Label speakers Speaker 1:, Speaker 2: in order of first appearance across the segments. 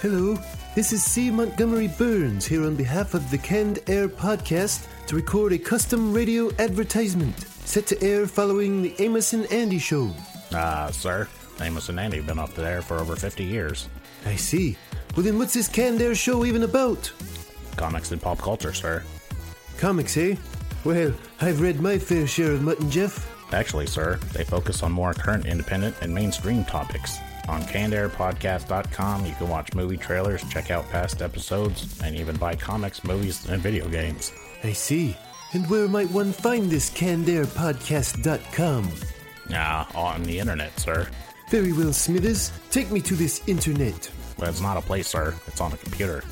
Speaker 1: Hello, this is C. Montgomery Burns here on behalf of the Canned Air podcast to record a custom radio advertisement set to air following the Amos and Andy show.
Speaker 2: Ah, sir. Amos and Andy have been off the air for over 50 years.
Speaker 1: I see. Well, then what's this Canned Air show even about?
Speaker 2: Comics and pop culture, sir.
Speaker 1: Comics, eh? Well, I've read my fair share of Mutton Jeff.
Speaker 2: Actually, sir, they focus on more current independent and mainstream topics. On cannedairpodcast.com, you can watch movie trailers, check out past episodes, and even buy comics, movies, and video games.
Speaker 1: I see. And where might one find this cannedairpodcast.com?
Speaker 2: Ah, on the internet, sir.
Speaker 1: Very well, Smithers. Take me to this internet.
Speaker 2: Well, it's not a place, sir. It's on a computer.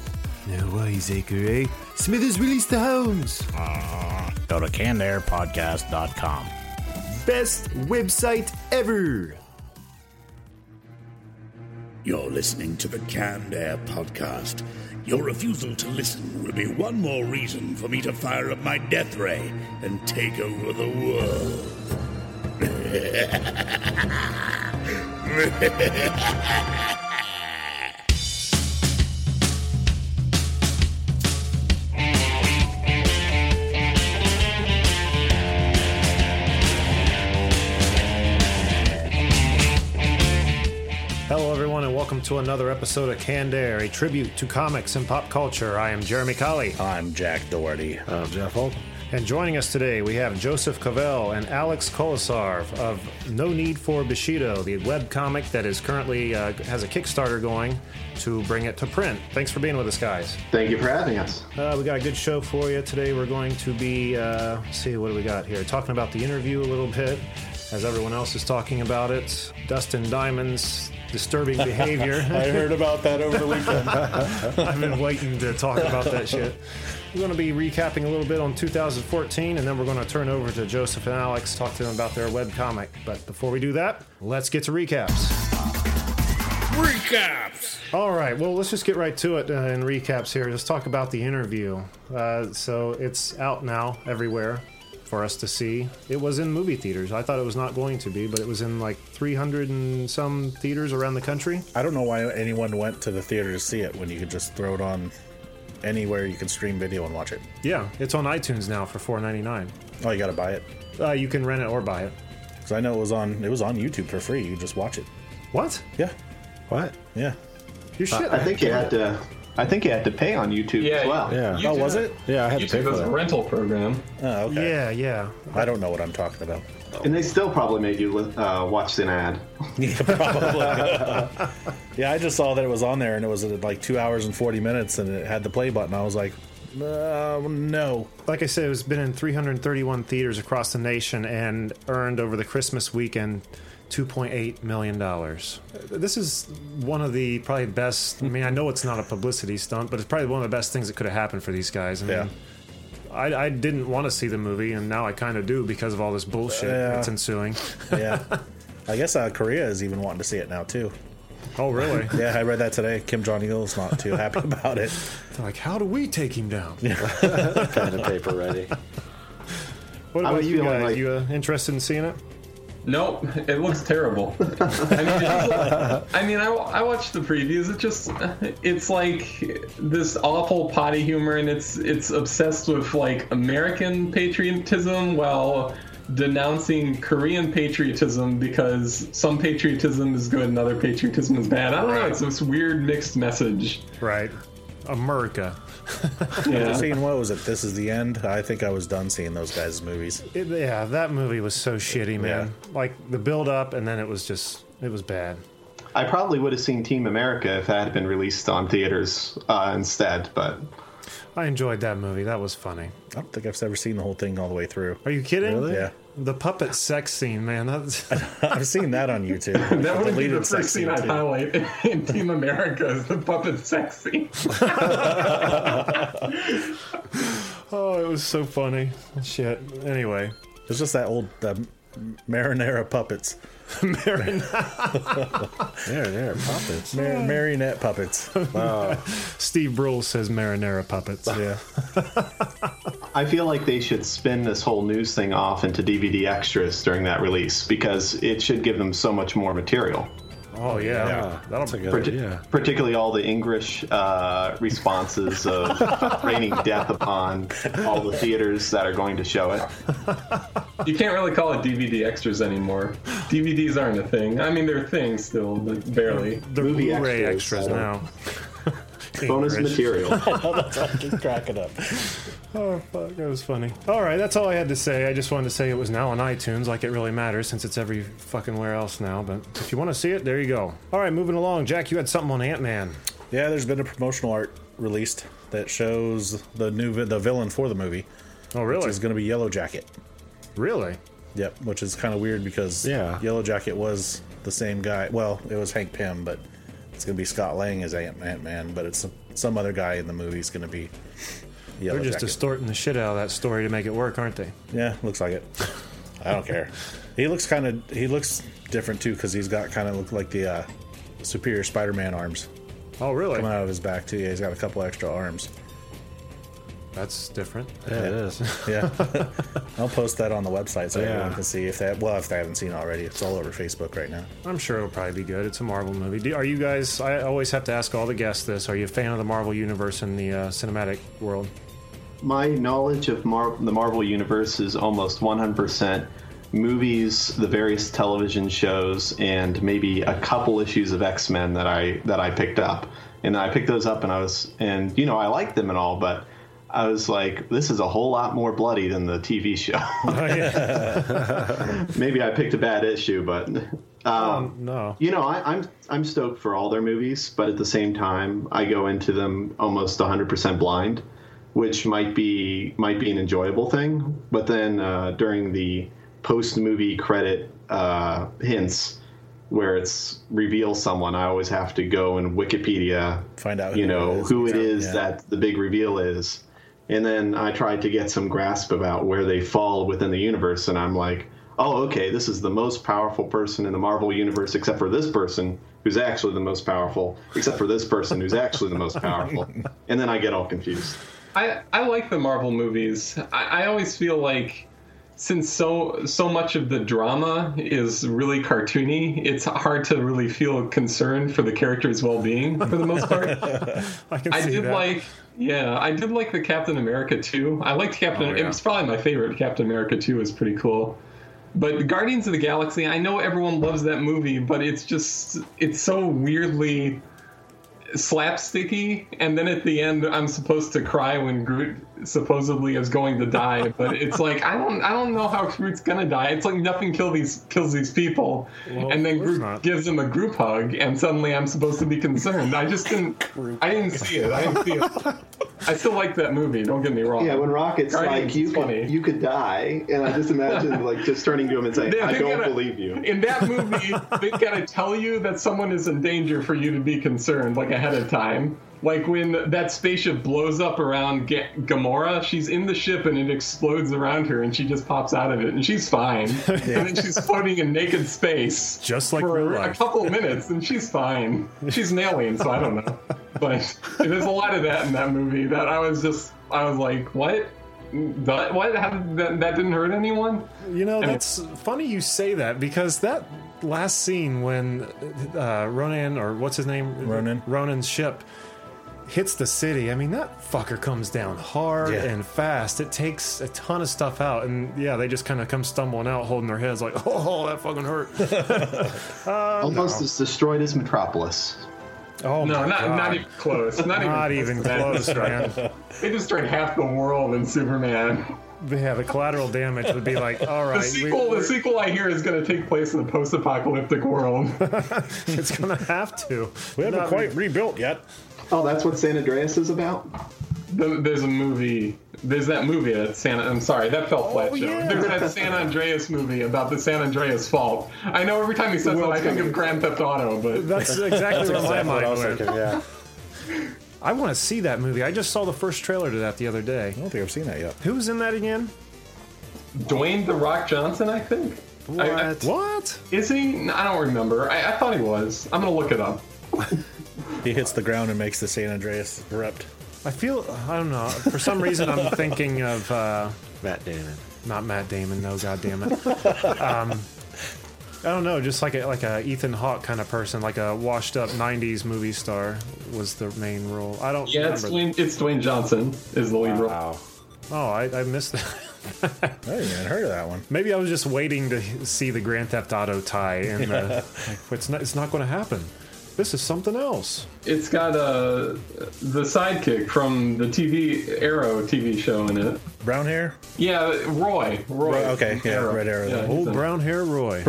Speaker 1: Now, wiseacre, eh? Smithers, release the hounds.
Speaker 2: Ah, go to cannedairpodcast.com.
Speaker 1: Best website ever.
Speaker 3: You're listening to the Canned Air Podcast. Your refusal to listen will be one more reason for me to fire up my death ray and take over the world.
Speaker 4: Hello, everyone, and welcome to another episode of Canned Air, a tribute to comics and pop culture. I am Jeremy Colley.
Speaker 2: I'm Jack Doherty.
Speaker 4: I'm uh, Jeff Holt. And joining us today, we have Joseph Cavell and Alex Kolosarv of No Need for Bushido, the webcomic that is currently uh, has a Kickstarter going to bring it to print. Thanks for being with us, guys.
Speaker 5: Thank you for having us.
Speaker 4: Uh, we got a good show for you today. We're going to be, uh, let's see, what do we got here? Talking about the interview a little bit, as everyone else is talking about it. Dustin Diamond's disturbing behavior.
Speaker 6: I heard about that over the weekend.
Speaker 4: I've been waiting to talk about that shit. We're going to be recapping a little bit on 2014, and then we're going to turn over to Joseph and Alex, talk to them about their webcomic. But before we do that, let's get to recaps.
Speaker 3: Recaps!
Speaker 4: All right, well, let's just get right to it uh, in recaps here. Let's talk about the interview. Uh, so it's out now everywhere for us to see. It was in movie theaters. I thought it was not going to be, but it was in like 300 and some theaters around the country.
Speaker 6: I don't know why anyone went to the theater to see it when you could just throw it on anywhere you can stream video and watch it.
Speaker 4: Yeah, it's on iTunes now for 4.99.
Speaker 6: Oh, you gotta buy it.
Speaker 4: Uh, you can rent it or buy it.
Speaker 6: Because I know it was on it was on YouTube for free. You could just watch it.
Speaker 4: What?
Speaker 6: Yeah,
Speaker 4: What?
Speaker 6: yeah,
Speaker 4: Your shit.
Speaker 5: I think you had to. I think you had to pay on YouTube
Speaker 7: Yeah,
Speaker 5: as well.
Speaker 6: yeah.
Speaker 7: You
Speaker 6: oh,
Speaker 7: do
Speaker 6: was
Speaker 7: that.
Speaker 6: it? Yeah, I had to pay
Speaker 7: YouTube
Speaker 6: for
Speaker 7: was a
Speaker 6: that.
Speaker 7: rental program.
Speaker 6: Oh, okay.
Speaker 4: Yeah, yeah.
Speaker 6: I don't know what I'm talking about.
Speaker 5: And they still probably made you li- uh, watch an ad.
Speaker 6: Yeah, I just saw that it was on there and it was at like two hours and forty minutes and it had the play button. I was like, uh, no.
Speaker 4: Like I said, it's been in 331 theaters across the nation and earned over the Christmas weekend 2.8 million dollars. This is one of the probably best. I mean, I know it's not a publicity stunt, but it's probably one of the best things that could have happened for these guys. I mean,
Speaker 6: Yeah.
Speaker 4: I, I didn't want to see the movie, and now I kind of do because of all this bullshit
Speaker 6: Yeah.
Speaker 4: that's ensuing.
Speaker 6: Yeah. I guess uh, Korea is even wanting to see it now too.
Speaker 4: Oh, really?
Speaker 6: Yeah, I read that today. Kim Jong Il's not too happy about it.
Speaker 4: They're like, how do we take him down?
Speaker 8: pen and paper ready.
Speaker 4: What
Speaker 5: I
Speaker 4: about
Speaker 5: was
Speaker 4: you
Speaker 5: feeling
Speaker 4: guys?
Speaker 5: like-
Speaker 4: you uh, interested in seeing it?
Speaker 7: Nope, it looks terrible. I mean, it's like- I, mean I, I watched the previews. It just it's like this awful potty humor, and it's it's obsessed with like American patriotism while denouncing Korean patriotism because some patriotism is good and other patriotism is bad. I don't know. It's this weird mixed message.
Speaker 4: Right, America.
Speaker 6: After Seeing what was it? This is the end. I think I was done seeing those guys' movies.
Speaker 4: It, yeah, that movie was so shitty, man. Like the build up, and then it was just it was bad.
Speaker 5: I probably would have seen Team America if that had been released on theaters uh, instead. But
Speaker 4: I enjoyed that movie. That was funny.
Speaker 6: I don't think I've ever seen the whole thing all the way through.
Speaker 4: Are you kidding?
Speaker 6: Really? Yeah.
Speaker 4: The puppet sex scene, man. That's
Speaker 6: I've seen that on YouTube.
Speaker 7: That
Speaker 6: The
Speaker 7: would be the
Speaker 6: deleted
Speaker 7: first
Speaker 6: section,
Speaker 7: scene I'd
Speaker 6: too.
Speaker 7: highlight in Team America is the puppet sex scene.
Speaker 4: oh, it was so funny. Shit. Anyway,
Speaker 6: It's just that old uh, marinara puppets,
Speaker 8: There, there, puppets.
Speaker 6: Mar- marionette puppets.
Speaker 4: Steve Brule says marinara puppets.
Speaker 6: Yeah,
Speaker 5: I feel like they should spin this whole news thing off into DVD extras during that release because it should give them so much more material.
Speaker 4: Oh yeah,
Speaker 6: Yeah.
Speaker 4: that'll
Speaker 8: That's a good
Speaker 5: Parti-
Speaker 8: idea.
Speaker 5: Particularly all the English uh, responses of raining death upon all the theaters that are going to show it.
Speaker 7: You can't really call it DVD extras anymore. DVDs aren't a thing. I mean, they're things still, but barely.
Speaker 4: the
Speaker 5: Movie
Speaker 4: Blu-ray extras,
Speaker 5: extras, I don't-
Speaker 4: now.
Speaker 5: Bonus
Speaker 4: English.
Speaker 5: material.
Speaker 6: Keep cracking up.
Speaker 4: Oh fuck, that was funny. All right, that's all I had to say. I just wanted to say it was now on iTunes, like it really matters since it's every fucking where else now. But if you want to see it, there you go. All right, moving along. Jack, you had something on Ant Man.
Speaker 6: Yeah, there's been a promotional art released that shows the new vi- the villain for the movie,
Speaker 4: Oh
Speaker 6: which
Speaker 4: really?
Speaker 6: is going to be Yellow Jacket.
Speaker 4: Really?
Speaker 6: Yep, which is kind of weird because
Speaker 8: Yeah.
Speaker 6: Yellow Jacket was the same guy. Well, it was Hank Pym, but it's going to be Scott Lang as Ant Man, but it's some, some other guy in the movie is going to be Yellow
Speaker 4: They're just
Speaker 6: Jacket.
Speaker 4: distorting the shit out of that story to make it work, aren't they?
Speaker 6: yeah, looks like it. I don't care. He looks kind of he looks different too because he's got kind of look like the uh, Superior Spider Man arms
Speaker 4: Oh really?
Speaker 6: coming out of his back too. Yeah, he's got a couple extra arms.
Speaker 4: That's different.
Speaker 8: Yeah, it is.
Speaker 6: Yeah, I'll post that on the website so
Speaker 8: Yeah.
Speaker 6: everyone can see if that. Well, if they haven't seen it already, it's all over Facebook right now.
Speaker 4: I'm sure it'll probably be good. It's a Marvel movie. Do, are you guys? I always have to ask all the guests this. Are you a fan of the Marvel universe and the uh, cinematic world?
Speaker 5: My knowledge of Mar- the Marvel Universe is almost 100% movies, the various television shows, and maybe a couple issues of X Men that I that I picked up. And I picked those up, and I was, and you know, I liked them and all, but I was like, this is a whole lot more bloody than the TV show. maybe I picked a bad issue, but uh,
Speaker 4: No.
Speaker 5: you know, I, I'm I'm stoked for all their movies, but at the same time, I go into them almost 100% blind, which might be might be an enjoyable thing. But then uh, during the post movie credit uh, hints, where it's reveal someone, I always have to go and Wikipedia
Speaker 6: Find out
Speaker 5: you
Speaker 6: who it
Speaker 5: know
Speaker 6: is.
Speaker 5: who it is
Speaker 6: Yeah.
Speaker 5: that the big reveal is, and then I tried to get some grasp about where they fall within the universe, and I'm like, oh, okay, this is the most powerful person in the Marvel universe, except for this person who's actually the most powerful, except for this person who's actually the most powerful, and then I get all confused.
Speaker 7: I, I like the Marvel movies. I, I always feel like since so so much of the drama is really cartoony, it's hard to really feel concern for the character's well being for the most part.
Speaker 4: I can
Speaker 7: I
Speaker 4: see
Speaker 7: did
Speaker 4: that.
Speaker 7: like yeah, I did like the Captain America 2. I liked Captain it was probably my favorite. Captain America 2 is pretty cool. But Guardians of the Galaxy, I know everyone loves that movie, but it's just it's so weirdly slapsticky and then at the end I'm supposed to cry when Groot supposedly is going to die, but it's like I don't I don't know how Groot's going to die. It's like nothing kill these kills these people. and then
Speaker 4: of course
Speaker 7: Groot
Speaker 4: not.
Speaker 7: gives him a group hug and suddenly I'm supposed to be concerned. I just didn't I didn't see it. I didn't see it. I still like that movie, don't get me wrong.
Speaker 5: Yeah, when Rocket's
Speaker 7: Guardians
Speaker 5: like,
Speaker 7: is
Speaker 5: you
Speaker 7: funny.
Speaker 5: could, you could die, and I just imagine like just turning to him and saying,
Speaker 7: They-
Speaker 5: I
Speaker 7: they
Speaker 5: don't
Speaker 7: gotta-
Speaker 5: believe you.
Speaker 7: In that movie, they gotta tell you that someone is in danger for you to be concerned, like ahead of time. Like when that spaceship blows up around Ga- Gamora, she's in the ship and it explodes around her, and she just pops out of it, and she's fine. And then she's floating in naked space,
Speaker 4: Just like
Speaker 7: for
Speaker 4: real
Speaker 7: a
Speaker 4: life.
Speaker 7: couple minutes, and she's fine. She's an alien, so I don't know. But there's a lot of that in that movie that I was just, I was like, what? That, what? How did that, that didn't hurt anyone?
Speaker 4: You know,
Speaker 7: mean-
Speaker 4: that's funny you say that because that last scene when uh, Ronan or what's his name,
Speaker 6: Ronan.
Speaker 4: Ronan's ship hits the city. I mean, that fucker comes down hard
Speaker 6: Yeah.
Speaker 4: and fast. It takes a ton of stuff out, and yeah, they just kind of come stumbling out, holding their heads like, "Oh, that fucking hurt." Um,
Speaker 5: Almost as destroyed as Metropolis.
Speaker 4: Oh
Speaker 7: No,
Speaker 4: my
Speaker 7: not,
Speaker 4: god,
Speaker 7: not even close. Not,
Speaker 4: Not even
Speaker 7: even to that.
Speaker 4: close, man.
Speaker 7: They destroyed half the world in Superman.
Speaker 4: yeah, the collateral damage would be like, all
Speaker 7: The
Speaker 4: right, we-
Speaker 7: sequel, the sequel I hear is going to take place in a post-apocalyptic world.
Speaker 4: it's gonna have to.
Speaker 6: We haven't
Speaker 4: Not-
Speaker 6: quite rebuilt yet.
Speaker 5: Oh, that's what San Andreas is about.
Speaker 7: Then There's a movie. There's that movie that San. I'm sorry, that fell flat.
Speaker 4: Oh,
Speaker 7: Joe.
Speaker 4: yeah.
Speaker 7: There's that San Andreas movie about the San Andreas fault. I know every time he says that, I think of Grand Theft Auto, but
Speaker 4: That's exactly what my
Speaker 8: That's what
Speaker 4: mind
Speaker 8: I was
Speaker 4: went.
Speaker 8: thinking, yeah.
Speaker 4: I want to see that movie. I just saw the first trailer to that the other day.
Speaker 6: I don't think I've seen that yet.
Speaker 4: Who's in that again?
Speaker 7: Dwayne the Rock Johnson, I think. I- I-
Speaker 4: What?
Speaker 7: is he? I don't remember. I, I thought he was. I'm gonna look it up.
Speaker 6: He hits the ground and makes the San Andreas erupt.
Speaker 4: I feel I don't know. For some reason, I'm thinking of uh,
Speaker 8: Matt Damon.
Speaker 4: not Matt Damon. No, God damn it. Um, I don't know, just like a, like a Ethan Hawke kind of person, like a washed up '90s movie star was the main role. I don't.
Speaker 7: Yeah, it's
Speaker 4: remember.
Speaker 7: Dwayne, it's Dwayne Johnson is the lead role.
Speaker 8: Wow.
Speaker 4: Oh, I, I missed that.
Speaker 6: I didn't even heard of that one.
Speaker 4: Maybe I was just waiting to see the Grand Theft Auto tie, and uh, like, it's not it's not going to happen. This is something else.
Speaker 7: It's got uh, the sidekick from the TV Arrow TV show in it.
Speaker 6: Brown hair?
Speaker 7: Yeah, Roy. Roy.
Speaker 6: Ro- okay, yeah,
Speaker 7: Arrow.
Speaker 6: Red Arrow,
Speaker 7: Yeah,
Speaker 6: then.
Speaker 7: he's
Speaker 4: Old
Speaker 7: in-
Speaker 4: brown hair Roy.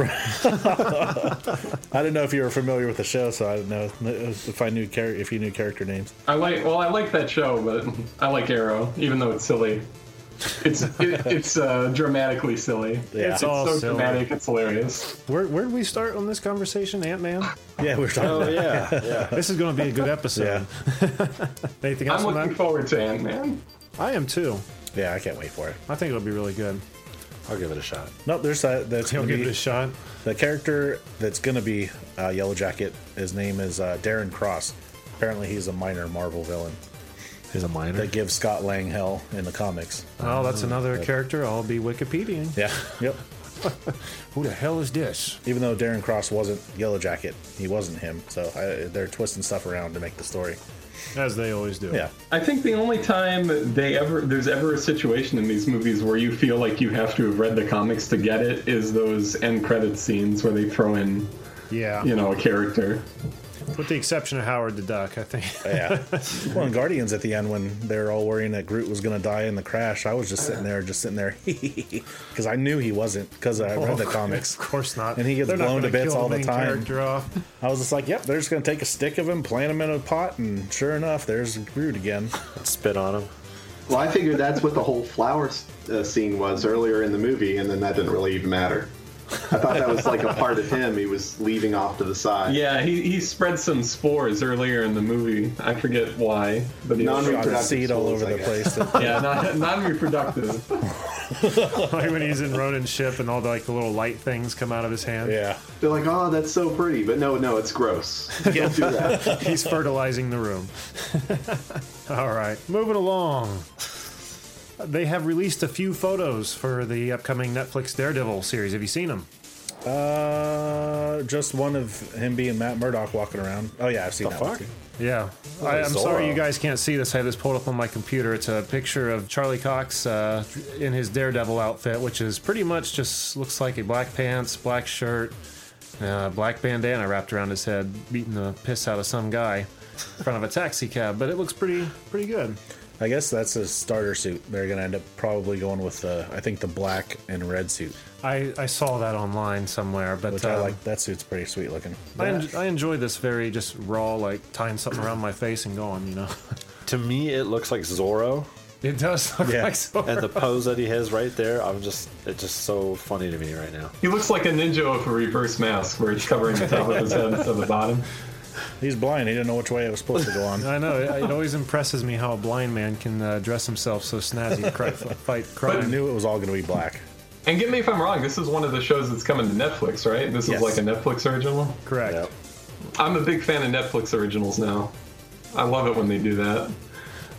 Speaker 6: I didn't know if you were familiar with the show, so I didn't know if I knew char- if you knew character names.
Speaker 7: I like. Well, I like that show, but I like Arrow, even though it's silly. It's it, it's uh, dramatically silly.
Speaker 6: Yeah,
Speaker 4: It's all
Speaker 7: so
Speaker 4: silly.
Speaker 7: dramatic, it's hilarious.
Speaker 4: Where where did we start on this conversation, Ant Man?
Speaker 6: yeah, we were talking.
Speaker 8: Oh
Speaker 6: about
Speaker 8: yeah, yeah.
Speaker 4: This is going to be a good episode.
Speaker 6: Yeah.
Speaker 4: Anything else
Speaker 7: I'm
Speaker 4: on
Speaker 7: looking
Speaker 4: that?
Speaker 7: forward to Ant Man.
Speaker 4: I am too.
Speaker 6: yeah, I can't wait for it.
Speaker 4: I think it'll be really good.
Speaker 8: I'll give it a shot.
Speaker 6: Nope, there's that. That's
Speaker 4: He'll
Speaker 6: gonna
Speaker 4: give
Speaker 6: be-
Speaker 4: it a shot.
Speaker 6: The character that's going to be uh, Yellow Jacket, his name is uh, Darren Cross. Apparently, he's a minor Marvel villain
Speaker 8: He's a minor.
Speaker 6: that gives Scott Lang hell in the comics.
Speaker 4: Oh, that's another character. I'll be Wikipediaing.
Speaker 6: Yeah, yep.
Speaker 4: Who the hell is this?
Speaker 6: Even though Darren Cross wasn't Yellow Jacket, he wasn't him. So I, they're twisting stuff around to make the story.
Speaker 4: As they always do.
Speaker 6: Yeah,
Speaker 7: I think the only time they ever there's ever a situation in these movies where you feel like you have to have read the comics to get it is those end credit scenes where they throw in
Speaker 4: Yeah.
Speaker 7: you know a character.
Speaker 4: With the exception of Howard the Duck, I think.
Speaker 6: yeah. well, in Guardians at the end, when they're all worrying that Groot was going to die in the crash, I was just sitting there, just sitting there, because I knew he wasn't, because I read the comics.
Speaker 4: Oh, Of course not.
Speaker 6: And he gets
Speaker 4: They're not
Speaker 6: blown to
Speaker 4: gonna
Speaker 6: bits
Speaker 4: kill
Speaker 6: all the
Speaker 4: main
Speaker 6: time.
Speaker 4: Character off.
Speaker 6: I was just like, yep, they're just going to take a stick of him, plant him in a pot, and sure enough, there's Groot again.
Speaker 8: Spit on him.
Speaker 5: Well, I figured that's what the whole flower uh, scene was earlier in the movie, and then that didn't really even matter. I thought that was like a part of him he was leaving off to the side.
Speaker 7: Yeah, he, he spread some spores earlier in the movie. I forget why, but he
Speaker 5: Non-
Speaker 6: Shot a seed all over
Speaker 5: I
Speaker 6: the
Speaker 5: guess.
Speaker 6: place.
Speaker 7: yeah, non- non-reproductive.
Speaker 4: like when he's in Ronin's ship and all the, like the little light things come out of his hand.
Speaker 6: yeah.
Speaker 5: They're like, oh, that's so pretty, but no, no, it's gross. Don't do that.
Speaker 4: He's fertilizing the room. all right, moving along. They have released a few photos for the upcoming Netflix Daredevil series. Have you seen them?
Speaker 6: Uh, just one of him being Matt Murdock walking around. Oh yeah, I've seen that. one,
Speaker 8: fuck?
Speaker 6: too.
Speaker 4: Yeah. I, I'm
Speaker 8: Zorro.
Speaker 4: sorry you guys can't see this. I just pulled up on my computer. It's a picture of Charlie Cox uh, in his Daredevil outfit, which is pretty much just looks like a black pants, black shirt, uh, black bandana wrapped around his head, beating the piss out of some guy in front of a taxi cab. But it looks pretty pretty good.
Speaker 6: I guess that's a starter suit. They're gonna end up probably going with the, I think the black and red suit,
Speaker 4: I, I saw that online somewhere, but
Speaker 6: which I
Speaker 4: um,
Speaker 6: like. That suit's pretty sweet looking.
Speaker 4: I, en- I enjoy this very just raw, like tying something around my face and going, you know.
Speaker 8: To me, it looks like Zorro,
Speaker 4: It does look
Speaker 6: Yeah.
Speaker 4: like so.
Speaker 8: and the pose that he has right there. I'm just, it's just so funny to me right now.
Speaker 7: He looks like a ninja with a reverse mask, where he's covering the top of his head instead of the bottom.
Speaker 6: He's blind. He didn't know which way it was supposed to go on.
Speaker 4: I know. It, it always impresses me how a blind man can uh, dress himself so snazzy to cry, fight
Speaker 6: I
Speaker 4: crime.
Speaker 6: knew it was all gonna be black.
Speaker 7: And get me if I'm wrong. This is one of the shows that's coming to Netflix, right? This
Speaker 6: Yes.
Speaker 7: is like a Netflix original.
Speaker 4: Correct.
Speaker 8: Yep.
Speaker 7: I'm a big fan of Netflix originals now. I love it when they do that.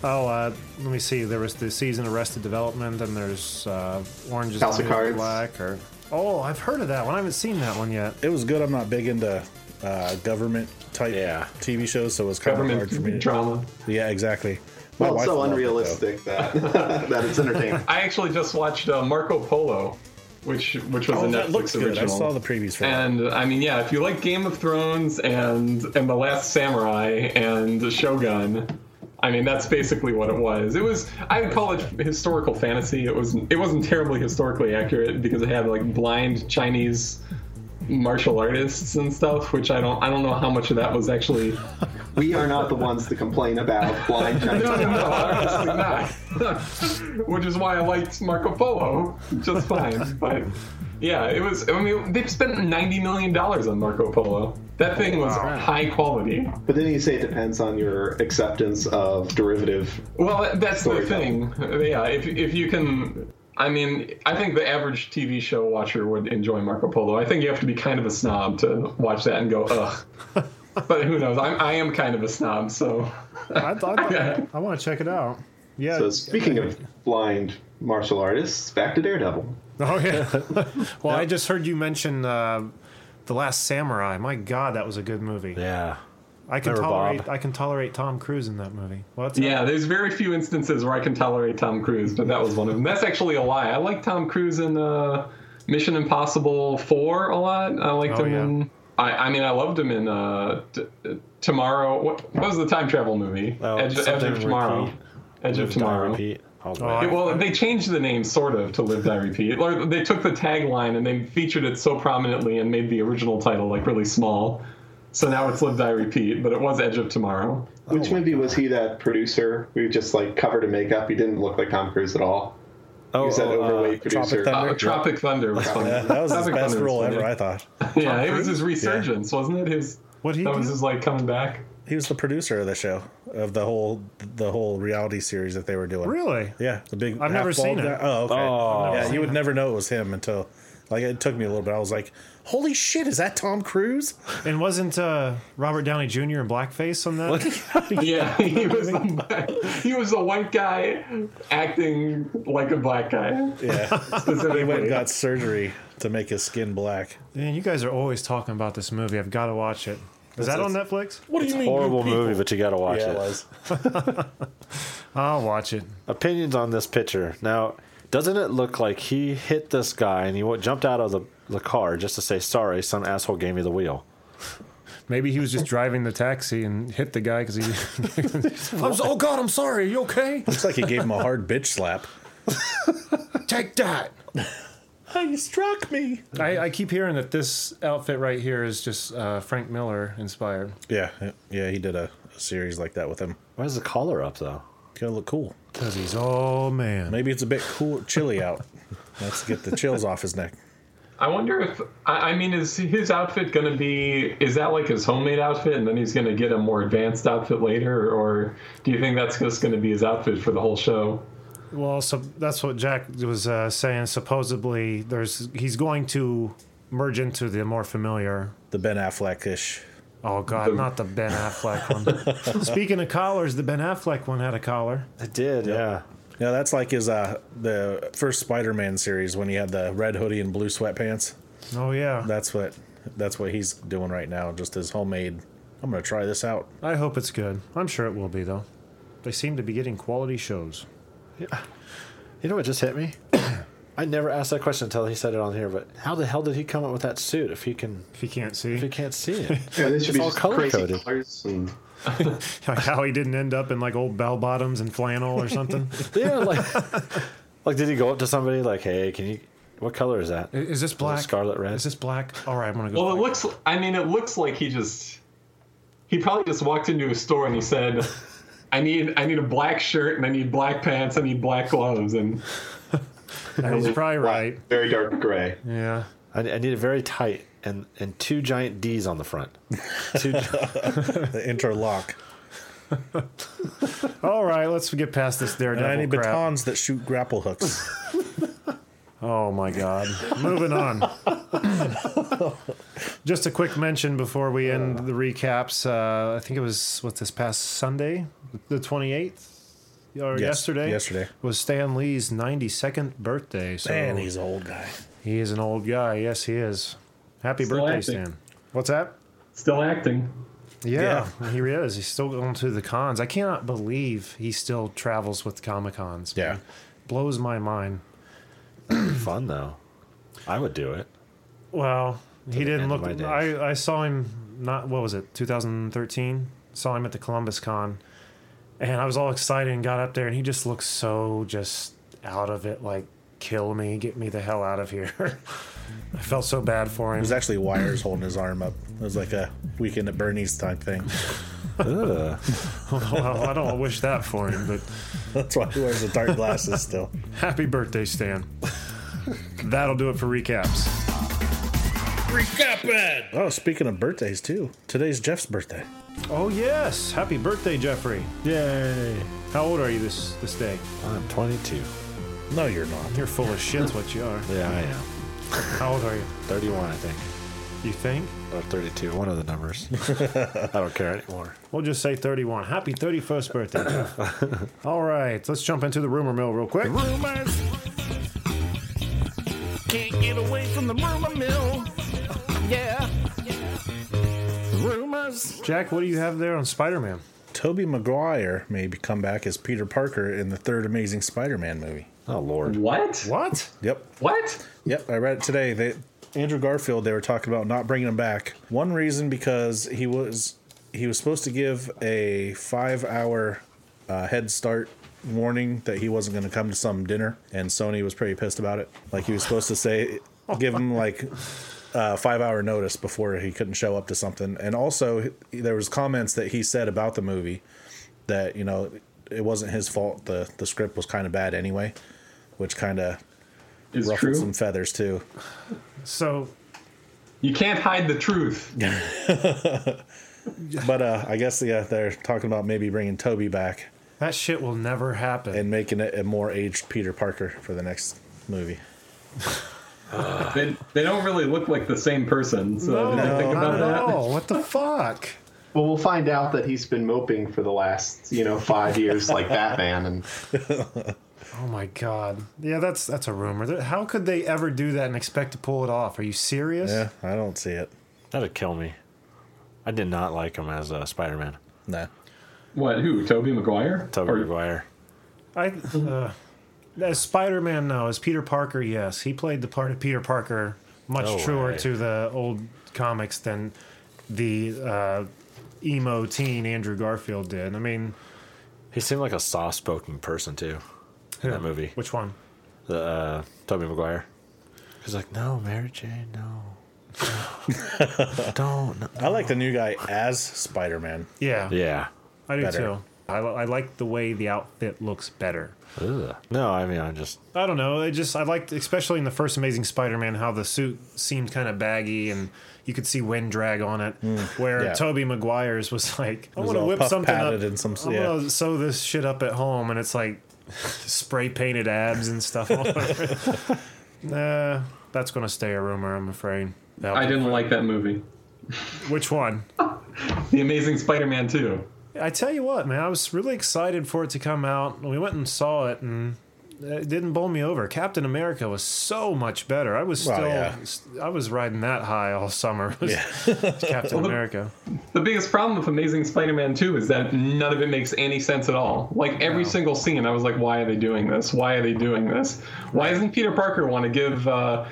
Speaker 4: Oh, uh, let me see. There was the season Arrested Development, and there's uh, Orange is
Speaker 5: House
Speaker 4: the
Speaker 5: of
Speaker 4: New
Speaker 5: Cards.
Speaker 4: Black. Or oh, I've heard of that one. I haven't seen that one yet.
Speaker 6: It was good. I'm not big into uh, government type
Speaker 8: Yeah.
Speaker 6: TV shows, so it was kind of hard for me.
Speaker 7: Government
Speaker 6: To,
Speaker 7: drama.
Speaker 6: yeah, exactly. My
Speaker 5: Well, it's
Speaker 6: wife
Speaker 5: so
Speaker 6: loved it, though.
Speaker 5: unrealistic that that it's entertaining.
Speaker 7: I actually just watched uh, Marco Polo, which which was a
Speaker 6: Oh,
Speaker 7: Netflix
Speaker 6: that looks
Speaker 7: original.
Speaker 6: good. I saw the previews for that.
Speaker 7: And I mean, yeah, if you like Game of Thrones and and The Last Samurai and Shogun, I mean, that's basically what it was. It was I would call it historical fantasy. It was it wasn't terribly historically accurate because it had like blind Chinese martial artists and stuff, which I don't I don't know how much of that was actually.
Speaker 5: We are not the ones to complain about blind Chinese.
Speaker 7: No, no, no, obviously not. Which is why I liked Marco Polo just fine. But yeah, it was. I mean, they've spent ninety million dollars on Marco Polo. That thing was high quality.
Speaker 5: But then you say it depends on your acceptance of derivative.
Speaker 7: Well, that- that's the
Speaker 5: Storytelling.
Speaker 7: thing. Yeah, if if you can. I mean, I think the average TV show watcher would enjoy Marco Polo. I think you have to be kind of a snob to watch that and go, ugh. but who knows? I'm, I am kind of a snob, so.
Speaker 4: I, I, I want to check it out. Yeah.
Speaker 5: So speaking of blind martial artists, back to Daredevil.
Speaker 4: oh yeah. well, I just heard you mention uh, The Last Samurai. My God, that was a good movie.
Speaker 6: Yeah.
Speaker 4: I can
Speaker 8: Remember Bob?
Speaker 4: tolerate. I can tolerate Tom Cruise in that movie. Well, that's
Speaker 7: Yeah, there's very few instances where I can tolerate Tom Cruise, but that was one of them. That's actually a lie. I like Tom Cruise in uh, Mission Impossible 4 a lot. I liked
Speaker 4: Oh,
Speaker 7: him
Speaker 4: yeah.
Speaker 7: in. I, I mean, I loved him in uh, t- uh, Tomorrow. What, what was the time travel movie?
Speaker 8: Oh,
Speaker 7: Edge, Edge
Speaker 8: something
Speaker 7: of Tomorrow.
Speaker 8: repeat.
Speaker 7: Edge of
Speaker 8: Live, die,
Speaker 7: Tomorrow.
Speaker 8: repeat.
Speaker 4: Oh,
Speaker 7: Yeah,
Speaker 4: I-
Speaker 7: well, they changed the name sort of to Live Die Repeat. Or they took the tagline and they featured it so prominently and made the original title like really small. So now it's Live Die Repeat, but it was Edge of Tomorrow.
Speaker 5: Which
Speaker 8: Oh,
Speaker 5: movie was he that producer who just like covered in makeup? He didn't look like Tom Cruise at all.
Speaker 8: Oh,
Speaker 5: He was that
Speaker 8: oh, uh,
Speaker 5: overweight producer.
Speaker 6: Tropic Thunder.
Speaker 7: Uh, Tropic Thunder was funny.
Speaker 6: Yeah, that was his
Speaker 7: Tropic
Speaker 6: best
Speaker 7: Thunder was
Speaker 6: role
Speaker 7: funny.
Speaker 6: ever, I thought.
Speaker 7: Yeah, it was his resurgence, wasn't it? His
Speaker 4: What'd he
Speaker 7: that was
Speaker 4: do?
Speaker 7: his like coming back.
Speaker 6: He was the producer of the show, of the whole the whole reality series that they were doing.
Speaker 4: really.
Speaker 6: Yeah, the big.
Speaker 4: I've never
Speaker 6: half-bald
Speaker 4: seen it.
Speaker 6: guy. Oh, okay.
Speaker 8: Oh. I've never
Speaker 6: yeah,
Speaker 4: seen
Speaker 6: you would
Speaker 4: it.
Speaker 6: never know it was him until, like, it took me a little bit. I was like, "Holy shit, is that Tom Cruise?"
Speaker 4: And wasn't uh, Robert Downey Jr. in blackface on that?
Speaker 7: Yeah, he was he was a white guy acting like a black guy.
Speaker 6: Yeah,
Speaker 7: Specifically.
Speaker 6: he went and got surgery to make his skin black.
Speaker 4: Man, you guys are always talking about this movie. I've got to watch it. Is that on Netflix?
Speaker 6: What do you mean?
Speaker 8: Horrible movie, but you gotta watch
Speaker 6: Yeah,
Speaker 8: it.
Speaker 6: it was.
Speaker 4: I'll watch it.
Speaker 8: Opinions on this picture. Now, doesn't it look like he hit this guy and he wa- jumped out of the, the car just to say, sorry, some asshole gave me the wheel?
Speaker 4: Maybe he was just driving the taxi and hit the guy because he.
Speaker 6: I'm so- oh God, I'm sorry. Are you okay? Looks like he gave him a hard bitch slap.
Speaker 4: Take that!
Speaker 6: you struck me.
Speaker 4: I, I keep hearing that this outfit right here is just uh, Frank Miller inspired.
Speaker 6: Yeah, yeah, he did a, a series like that with him.
Speaker 8: Why is the collar up, though?
Speaker 6: Gotta look cool.
Speaker 4: Because he's oh man.
Speaker 6: Maybe it's a bit cool, chilly out. Let's get the chills off his neck.
Speaker 7: I wonder if I, I mean, is his outfit gonna be? Is that like his homemade outfit, and then he's gonna get a more advanced outfit later, or do you think that's just gonna be his outfit for the whole show?
Speaker 4: Well, so that's what Jack was uh, saying. Supposedly, there's he's going to merge into the more familiar.
Speaker 6: The Ben Affleck ish.
Speaker 4: Oh God, not the Ben Affleck one. Speaking of collars, the Ben Affleck one had a collar.
Speaker 8: It did, yeah.
Speaker 6: Yeah, that's like his uh the first Spider-Man series when he had the red hoodie and blue sweatpants.
Speaker 4: Oh yeah.
Speaker 6: That's what that's what he's doing right now. Just his homemade. I'm gonna try this out.
Speaker 4: I hope it's good. I'm sure it will be though. They seem to be getting quality shows.
Speaker 8: You know what just hit me? I never asked that question until he said it on here, but how the hell did he come up with that suit if he can
Speaker 4: If you can't
Speaker 8: if he
Speaker 4: see,
Speaker 8: can't see it?
Speaker 5: Yeah, this should
Speaker 8: It's
Speaker 5: be
Speaker 8: all
Speaker 5: just crazy
Speaker 8: color-coded.
Speaker 5: colors. And
Speaker 4: like how he didn't end up in like old bell bottoms and flannel or something.
Speaker 8: yeah, like like did he go up to somebody like, hey, can you what color is that?
Speaker 4: Is this
Speaker 8: it
Speaker 4: black?
Speaker 8: scarlet red?
Speaker 4: Is this black? All right, I'm gonna go.
Speaker 7: Well, it
Speaker 4: black.
Speaker 7: looks. I mean, it looks like he just. He probably just walked into a store and he said, "I need, I need a black shirt and I need black pants, I need black gloves." And
Speaker 4: He's probably right.
Speaker 5: Very dark gray.
Speaker 4: Yeah.
Speaker 8: I, I need it very tight and and two giant D's on the front. Two,
Speaker 6: The interlock.
Speaker 4: All right, let's get past this
Speaker 6: And I
Speaker 4: daredevil
Speaker 6: need
Speaker 4: crap.
Speaker 6: batons that shoot grapple hooks.
Speaker 4: Oh my God! Moving on. Just a quick mention before we end the recaps. Uh, I think it was what this past Sunday, the twenty eighth, or
Speaker 6: Yes,
Speaker 4: yesterday.
Speaker 6: yesterday.
Speaker 4: was Stan Lee's ninety second birthday. So
Speaker 6: Man, he's an old guy.
Speaker 4: he is an old guy. Yes, he is. Happy birthday,
Speaker 7: acting.
Speaker 4: Stan. What's that?
Speaker 7: still acting.
Speaker 4: Yeah, he is. He's still going to the cons. I cannot believe he still travels with comic cons.
Speaker 6: Yeah.
Speaker 4: blows my mind.
Speaker 8: fun though. I would do it.
Speaker 4: Well, he didn't
Speaker 8: end
Speaker 4: look.
Speaker 8: of my days.
Speaker 4: I, I saw him not what was it 2013. Saw him at the Columbus Con, and I was all excited and got up there, and he just looked so just out of it, like kill me, get me the hell out of here. I felt so bad for him.
Speaker 6: There's actually wires holding his arm up. It was like a weekend at Bernie's type thing.
Speaker 8: Ugh.
Speaker 4: well, I don't wish that for him, but
Speaker 6: That's why he wears the dark glasses still.
Speaker 4: happy birthday, Stan. That'll do it for recaps.
Speaker 6: Oh, speaking of birthdays too, today's Jeff's birthday.
Speaker 4: Oh yes, happy birthday, Jeffrey.
Speaker 8: Yay!
Speaker 4: How old are you this this day?
Speaker 8: I'm 22.
Speaker 6: No, you're not.
Speaker 4: You're full of shit's what you are.
Speaker 8: Yeah, I am.
Speaker 4: How old are you?
Speaker 8: 31, I think,
Speaker 4: You think?
Speaker 8: or 32. One of the numbers. I don't care anymore.
Speaker 4: We'll just say 31. Happy 31st birthday. Jeff. All right, let's jump into the rumor mill real quick.
Speaker 9: rumors. Can't get away from the rumor mill. Yeah,
Speaker 2: does.
Speaker 4: Jack, what do you have there on Spider Man?
Speaker 6: Toby Maguire may be- come back as Peter Parker in the third Amazing Spider-Man movie.
Speaker 8: Oh Lord.
Speaker 7: What?
Speaker 4: What?
Speaker 6: Yep,
Speaker 7: What?
Speaker 6: yep. I read it today. They Andrew Garfield. They were talking about not bringing him back. One reason because he was he was supposed to give a five-hour uh, head start warning that he wasn't going to come to some dinner, and Sony was pretty pissed about it. Like he was supposed to say, give him like uh, five hour notice before he couldn't show up to something. And also, he- there was comments that he said about the movie that you know it wasn't his fault. the The script was kind of bad anyway, which kind of
Speaker 7: Is
Speaker 6: ruffled
Speaker 7: true.
Speaker 6: some feathers too.
Speaker 4: So
Speaker 7: You can't hide the truth.
Speaker 6: But uh, I guess yeah, they're talking about maybe bringing Toby back
Speaker 4: that shit will never happen.
Speaker 6: and making it a more aged Peter Parker for the next movie.
Speaker 7: They, they don't really look like the same person. So did you think about that?
Speaker 4: Oh, what the fuck?
Speaker 5: Well, we'll find out that he's been moping for the last, you know, five years like Batman, and
Speaker 4: Oh my god. Yeah, that's that's a rumor. There- How could they ever do that and expect to pull it off? Are you serious?
Speaker 6: Yeah, I don't see it.
Speaker 8: That'd kill me. I did not like him as uh, Spider Man.
Speaker 6: Nah.
Speaker 7: What? Who? Toby Maguire?
Speaker 8: Toby
Speaker 7: Or-
Speaker 8: Maguire.
Speaker 4: I uh, as Spider Man no, as Peter Parker, yes. He played the part of Peter Parker much
Speaker 8: No
Speaker 4: truer
Speaker 8: way.
Speaker 4: to the old comics than the uh, emo teen Andrew Garfield did. I mean
Speaker 8: He seemed like a soft spoken person too. In that movie.
Speaker 4: which one?
Speaker 8: The uh Toby Maguire. He's like, No, Mary Jane, no. No. Don't no.
Speaker 6: I like the new guy as Spider Man.
Speaker 4: Yeah.
Speaker 8: Yeah.
Speaker 4: I do
Speaker 6: better.
Speaker 4: too. I, li- I like the way the outfit looks better.
Speaker 8: Ugh. No, I mean I just
Speaker 4: I don't know. I just I liked, especially in the first Amazing Spider-Man, how the suit seemed kind of baggy and you could see wind drag on it. where
Speaker 6: Mm, yeah.
Speaker 4: Tobey Maguire's was like, I
Speaker 6: was
Speaker 4: want to
Speaker 6: all
Speaker 4: whip
Speaker 6: puff
Speaker 4: something up.
Speaker 6: padded and some-
Speaker 4: I'm
Speaker 6: yeah.
Speaker 4: gonna sew this shit up at home, and it's like spray painted abs and stuff. all over it. nah, that's gonna stay a rumor, I'm afraid. That-
Speaker 7: I didn't like that movie.
Speaker 4: Which one?
Speaker 7: The Amazing Spider-Man 2.
Speaker 4: I tell you what, man, I was really excited for it to come out. We went and saw it, and it didn't bowl me over. Captain America was so much better. I was still,
Speaker 6: Well, yeah.
Speaker 4: I was riding that high all summer. Captain America.
Speaker 7: The biggest problem with Amazing Spider-Man 2 is that none of it makes any sense at all. Like every single scene, I was like, "Why are they doing this? Why are they doing this? Why doesn't Peter Parker want to give uh,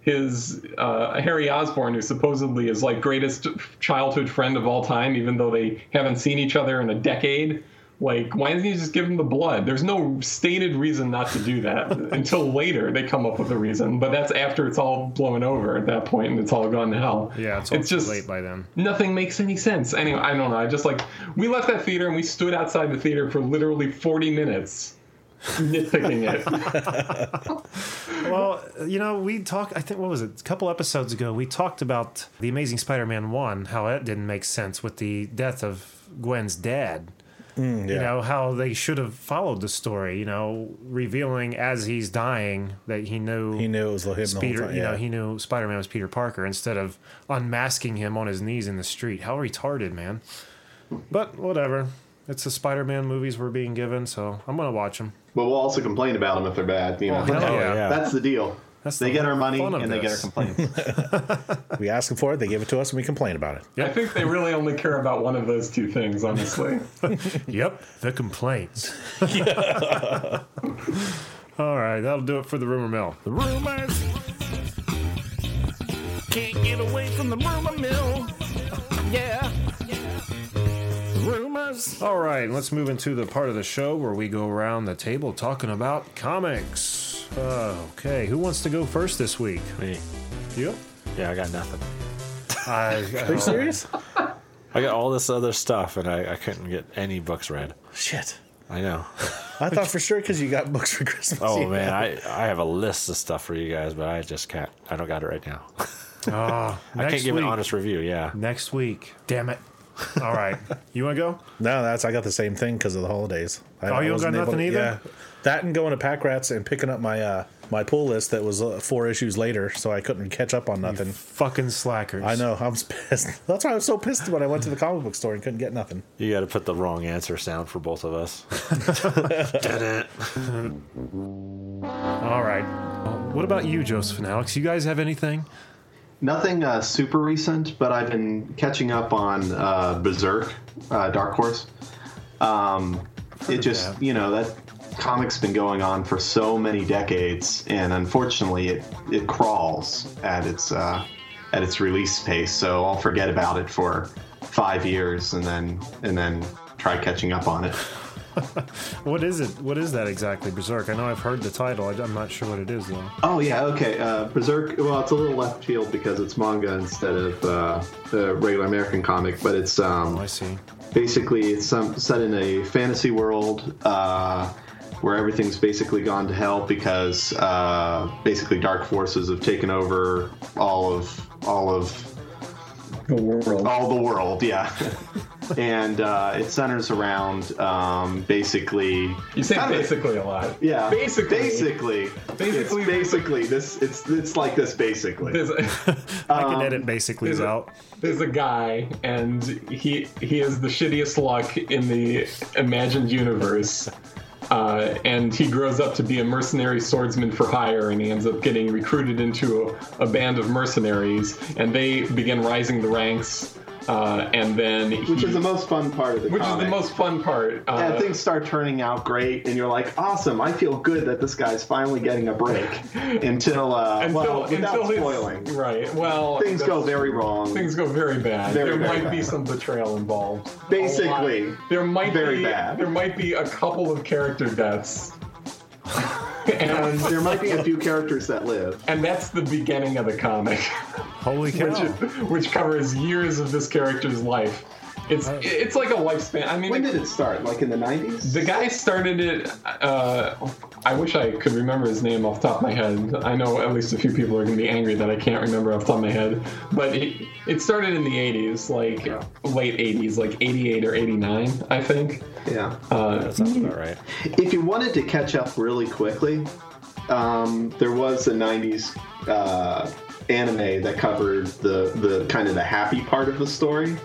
Speaker 7: his uh, Harry Osborn, who supposedly is like greatest childhood friend of all time, even though they haven't seen each other in a decade?" Like, why doesn't he just give him the blood? There's no stated reason not to do that until later they come up with a reason, but that's after it's all blown over at that point and it's all gone to hell.
Speaker 4: Yeah, it's, all too late by then.
Speaker 7: Nothing makes any sense. Anyway, I don't know. I just like we left that theater and we stood outside the theater for literally 40 minutes nitpicking it.
Speaker 4: Well, you know, we talked. I think what was it? A couple episodes ago, we talked about the Amazing Spider-Man one, how that didn't make sense with the death of Gwen's dad.
Speaker 6: Mm,
Speaker 4: You know how they should have followed the story. You know, revealing as he's dying that he knew
Speaker 6: He knew it was him the
Speaker 4: Peter,
Speaker 6: whole time.
Speaker 4: you know,
Speaker 6: yeah.
Speaker 4: he knew Spider Man was Peter Parker instead of unmasking him on his knees in the street. How retarded, man! But whatever. It's the Spider Man movies we're being given, so I'm gonna watch them.
Speaker 5: but we'll also complain about them if they're bad. You know,
Speaker 4: hell yeah.
Speaker 5: that's the deal.
Speaker 4: That's
Speaker 5: they
Speaker 4: the
Speaker 5: get our
Speaker 4: whole
Speaker 5: money
Speaker 4: fun of
Speaker 5: and they get our
Speaker 4: this.
Speaker 5: complaints.
Speaker 6: we ask them for it, they give it to us, and we complain about it.
Speaker 7: I think they really only care about one of those two things, honestly.
Speaker 4: Yep, the complaints. All right, that'll do it for the rumor mill.
Speaker 2: Rumors. Can't get away from the rumor mill. Yeah. Rumors.
Speaker 4: All right, let's move into the part of the show where we go around the table talking about comics. okay, who wants to go first this week?
Speaker 8: me.
Speaker 4: You?
Speaker 8: Yeah, I got nothing.
Speaker 4: I,
Speaker 6: Are you serious?
Speaker 8: I got all this other stuff and I, I couldn't get any books read.
Speaker 6: Shit.
Speaker 8: I know.
Speaker 6: I thought for sure because you got books for Christmas.
Speaker 8: Oh
Speaker 6: Yeah.
Speaker 8: man, I, I have a list of stuff for you guys, but I just can't I don't got it right now.
Speaker 4: Ah,
Speaker 8: I can't
Speaker 4: next
Speaker 8: give an
Speaker 4: week.
Speaker 8: honest review, yeah.
Speaker 4: Next week. Damn it. All right. You want to go?
Speaker 6: No, that's I got the same thing because of the holidays. I,
Speaker 4: Oh,
Speaker 6: I
Speaker 4: you don't
Speaker 6: wasn't
Speaker 4: got
Speaker 6: able
Speaker 4: nothing either?
Speaker 6: Yeah, that and going to Pack Rats and picking up my uh, my pull list that was uh, four issues later, so I couldn't catch up on nothing.
Speaker 4: Fucking slackers.
Speaker 6: I know I'm pissed. That's why I was so pissed when I went to the comic book store and couldn't get nothing.
Speaker 8: You gotta put the wrong answer sound for both of us.
Speaker 4: Uh, All right. What about you, Joseph and Alex? You guys have anything?
Speaker 5: Nothing uh, super recent, but I've been catching up on uh, Berserk, uh, Dark Horse. Um, it just, you know, that comic's been going on for so many decades, and unfortunately, it it crawls at its uh, at its release pace. So I'll forget about it for five years, and then and then try catching up on it.
Speaker 4: What is it? What is that exactly, Berserk? I know I've heard the title. I, am not sure what it is though.
Speaker 5: Oh yeah, okay. Uh, Berserk. Well, it's a little left field because it's manga instead of uh, the regular American comic, but it's um,
Speaker 4: I
Speaker 7: Uh,
Speaker 4: see.
Speaker 5: basically it's some, set in a fantasy world uh, where everything's basically gone to hell because uh, basically dark forces have taken over all of all of
Speaker 7: The world.
Speaker 5: all the world. Yeah. And uh, it centers around um, basically
Speaker 7: you say
Speaker 5: kind of a-
Speaker 7: basically a lot.
Speaker 5: yeah,
Speaker 7: Basically.
Speaker 5: basically,
Speaker 7: Basically-
Speaker 5: it's basically this. It's it's like this basically.
Speaker 7: There's a,
Speaker 4: I can edit basically
Speaker 7: is it-
Speaker 4: out.
Speaker 7: there's a guy, and he he has the shittiest luck in the imagined universe. Uh, and he grows up to be a mercenary swordsman for hire, and he ends up getting recruited into a, a band of mercenaries, and they begin rising the ranks. Uh, and then, he,
Speaker 5: which is the most fun part of the
Speaker 7: which is
Speaker 5: comic.
Speaker 7: the most fun part. Uh,
Speaker 5: yeah, things start turning out great, and you're like, "Awesome! I feel good that this guy's finally getting a break." Until, uh,
Speaker 7: until,
Speaker 5: well, without
Speaker 7: until he's-
Speaker 5: spoiling,
Speaker 7: right? Well,
Speaker 5: things go
Speaker 7: that's-
Speaker 5: very wrong.
Speaker 7: Things go very bad.
Speaker 5: Very,
Speaker 7: there
Speaker 5: very
Speaker 7: might be
Speaker 5: bad.
Speaker 7: some betrayal involved. A
Speaker 5: Basically,
Speaker 7: lot. there might
Speaker 5: very
Speaker 7: be
Speaker 5: bad.
Speaker 7: there might be a couple of character deaths, and
Speaker 5: there might be a few characters that live.
Speaker 7: and that's the beginning of the comic,
Speaker 4: Holy cow!
Speaker 7: which covers years of this character's life. It's it's like a lifespan. I mean,
Speaker 5: When did
Speaker 7: it-
Speaker 5: it start? Like in the '90s?
Speaker 7: the guy started it. Uh, I wish I could remember his name off the top of my head. I know at least a few people are going to be angry that I can't remember off the top of my head. But it, it started in the 80s, like late 80s, like 88 or 89, I think.
Speaker 5: yeah.
Speaker 7: Uh.
Speaker 8: That sounds about right.
Speaker 5: if you wanted to catch up really quickly, um, there was a '90s uh, anime that covered the the kind of the happy part of the story.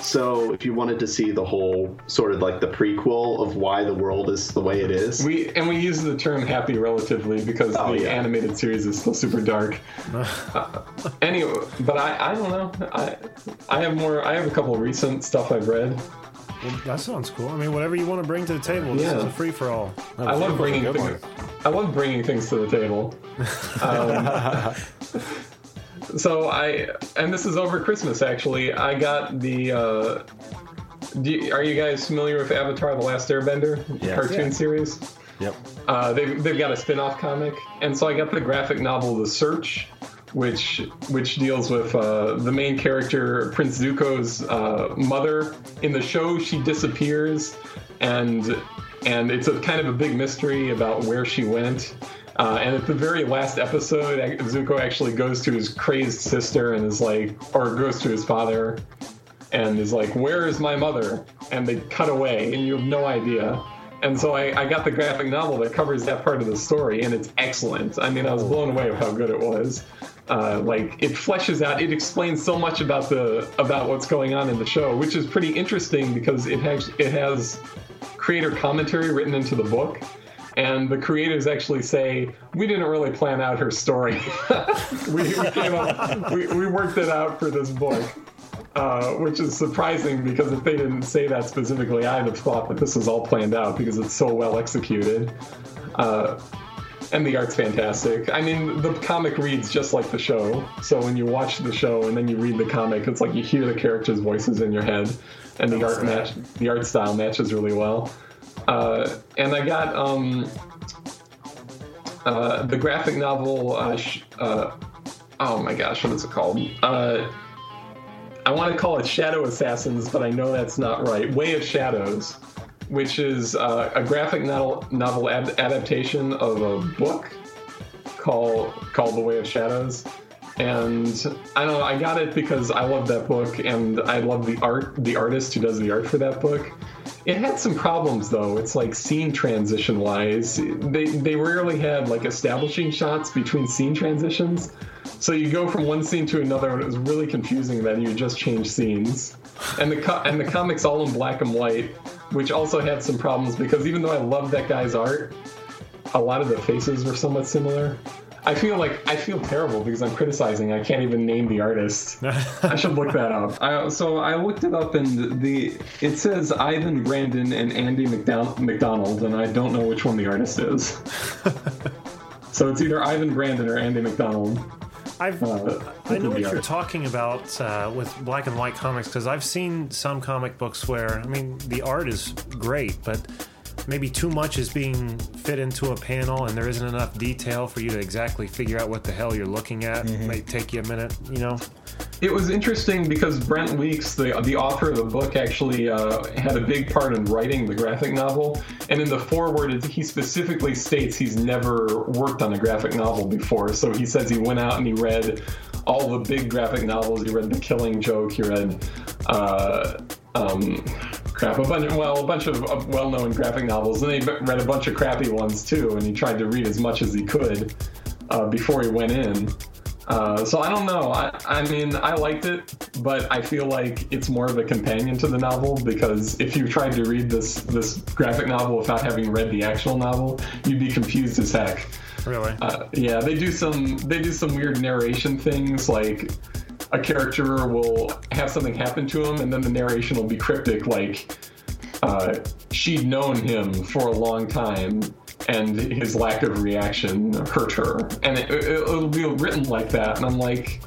Speaker 5: So if you wanted to see the whole sort of like the prequel of why the world is the way it is,
Speaker 7: We and we use the term happy relatively because
Speaker 5: Oh,
Speaker 7: the
Speaker 5: yeah.
Speaker 7: animated series is still super dark. Uh, anyway, but I, I don't know. I I have more. I have a couple recent stuff I've read.
Speaker 4: Well, that sounds cool. I mean, whatever you want to bring to the table, this
Speaker 7: Yeah.
Speaker 4: is a free for all.
Speaker 7: I love bringing things. I love bringing things to the table. Um, so I, and this is over Christmas actually. I got the. Uh, do you, are you guys familiar with Avatar: The Last Airbender
Speaker 8: Yes.
Speaker 7: cartoon series?
Speaker 8: Yep.
Speaker 7: Uh, they've, they've got a spin-off comic, and so I got the graphic novel The Search, which which deals with uh, the main character Prince Zuko's uh, mother. In the show, she disappears, and and it's a kind of a big mystery about where she went. Uh, and at the very last episode, ac- Zuko actually goes to his crazed sister and is like, or goes to his father and is like, Where is my mother? And they cut away, and you have no idea. And so I, I got the graphic novel that covers that part of the story, and it's excellent. I mean, I was blown away with how good it was. Uh, like it fleshes out, it explains so much about the about what's going on in the show, which is pretty interesting because it has it has creator commentary written into the book. And the creators actually say, we didn't really plan out her story. we, we, came up, we, we worked it out for this book, uh, which is surprising because if they didn't say that specifically, I'd have thought that this was all planned out because it's so well executed. Uh, and the art's fantastic. I mean, the comic reads just like the show. So when you watch the show and then you read the comic, it's like you hear the characters' voices in your head, and the art match, the art style matches really well. Uh, and I got um, uh, the graphic novel. Uh, sh- uh, oh my gosh, what is it called? Uh, I want to call it Shadow Assassins, but I know that's not right. Way of Shadows, which is uh, a graphic novel, novel ad- adaptation of a book called called The Way of Shadows. And I don't know, I got it because I love that book and I love the art, the artist who does the art for that book. It had some problems though. It's like scene transition wise, they they rarely had like establishing shots between scene transitions. So you go from one scene to another, and it was really confusing that you just change scenes. And the co- and the comics all in black and white, which also had some problems because even though I love that guy's art, a lot of the faces were somewhat similar. I feel like I feel terrible because I'm criticizing. I can't even name the artist. I should look that up. I, so I looked it up, and the it says Ivan Brandon and Andy McDon- McDonald, and I don't know which one the artist is. so it's either Ivan Brandon or Andy McDonald.
Speaker 4: I've,
Speaker 7: Uh,
Speaker 4: I know
Speaker 7: could
Speaker 4: what
Speaker 7: be
Speaker 4: you're
Speaker 7: art.
Speaker 4: talking about uh, with black and white comics because I've seen some comic books where, I mean, the art is great, but maybe too much is being fit into a panel and there isn't enough detail for you to exactly figure out what the hell you're looking at.
Speaker 7: Mm-hmm.
Speaker 4: It may take you a minute, you know?
Speaker 7: It was interesting because Brent Weeks, the the author of the book, actually uh, had a big part in writing the graphic novel. And in the foreword, it- he specifically states he's never worked on a graphic novel before. So he says he went out and he read all the big graphic novels. He read The Killing Joke. He read. Uh, um, crap, a bunch of, well, a bunch of uh, well-known graphic novels, and they b- read a bunch of crappy ones too. And he tried to read as much as he could uh, before he went in. Uh, so I don't know. I, I mean, I liked it, but I feel like it's more of a companion to the novel because if you tried to read this this graphic novel without having read the actual novel, you'd be confused as heck.
Speaker 4: Really?
Speaker 7: Uh, yeah, they do some they do some weird narration things like a character will have something happen to him, and then the narration will be cryptic, like uh, she'd known him for a long time, and his lack of reaction hurt her, and it, it, it'll be written like that, and I'm like.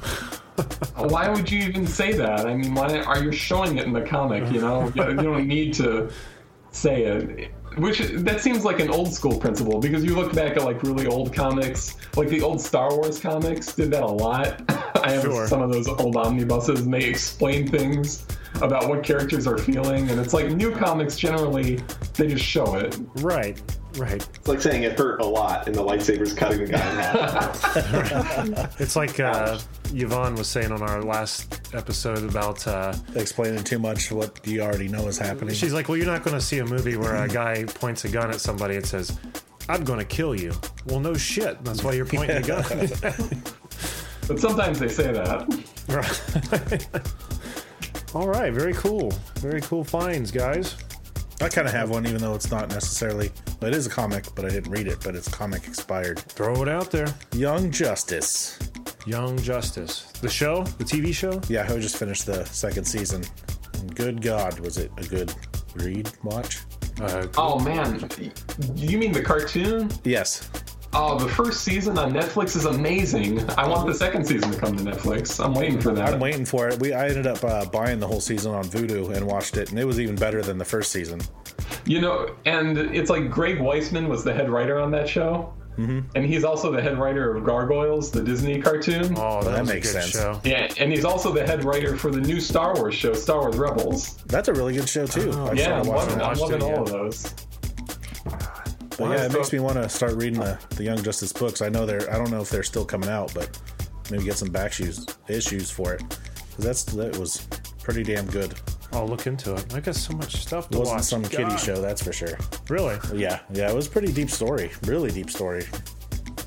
Speaker 7: Why would you even say that? I mean, why are you showing it in the comic? You know, you you don't need to say it. Which that seems like an old school principle because you look back at like really old comics, like the old Star Wars comics did that a lot. I have
Speaker 4: Sure.
Speaker 7: some of those old omnibuses and they explain things about what characters are feeling, and it's like new comics generally they just show it.
Speaker 4: right, right.
Speaker 5: It's like saying it hurt a lot and the lightsaber's cutting the guy in half.
Speaker 4: It's like uh, Yvonne was saying on our last episode about. Uh,
Speaker 6: Explaining too much what you already know is happening.
Speaker 4: She's like, well, you're not going to see a movie where a guy points a gun at somebody and says, "I'm going to kill you." Well, no shit. That's why you're pointing the
Speaker 7: But sometimes they say that.
Speaker 4: gun. Right. All right. Very cool. Very cool finds, guys.
Speaker 6: I kind of have one, even though it's not necessarily. Well, it is a comic, but I didn't read it. But it's comic expired.
Speaker 4: Throw it out there.
Speaker 6: Young Justice.
Speaker 4: Young Justice, the show, the TV show.
Speaker 6: Yeah, I just finished the second season. And Good God, was it a good read? Watch?
Speaker 4: Uh,
Speaker 7: Oh man, you mean the cartoon?
Speaker 6: Yes.
Speaker 7: Oh, the first season on Netflix is amazing. I want the second season to come to Netflix. I'm waiting for that.
Speaker 6: I'm waiting for it. We I ended up uh, buying the whole season on Vudu and watched it, and it was even better than the first season.
Speaker 7: You know, and it's like Greg Weisman was the head writer on that show. And he's also the head writer of Gargoyles, the Disney cartoon.
Speaker 4: oh, that,
Speaker 6: that
Speaker 4: was
Speaker 6: makes
Speaker 4: a good
Speaker 6: sense.
Speaker 4: show.
Speaker 7: Yeah, and he's also the head writer for the new Star Wars show, Star Wars Rebels.
Speaker 6: That's a really good show too. I
Speaker 7: Yeah, I'm
Speaker 6: started watching
Speaker 7: loving,
Speaker 6: that.
Speaker 7: I'm
Speaker 4: watched
Speaker 7: loving
Speaker 4: it,
Speaker 7: all
Speaker 4: yeah.
Speaker 7: of those.
Speaker 6: But yeah, it makes me want to start reading the, the Young Justice books. I know they're I don't know if they're still coming out, but maybe get some back shoes issues for it. 'Cause that's that was pretty damn good. It
Speaker 4: I'll look into it. I got so much stuff to
Speaker 6: wasn't
Speaker 4: watch.
Speaker 6: some kiddie
Speaker 4: God.
Speaker 6: show, that's for sure.
Speaker 4: Really?
Speaker 6: Yeah, yeah, it was pretty deep story, really deep story.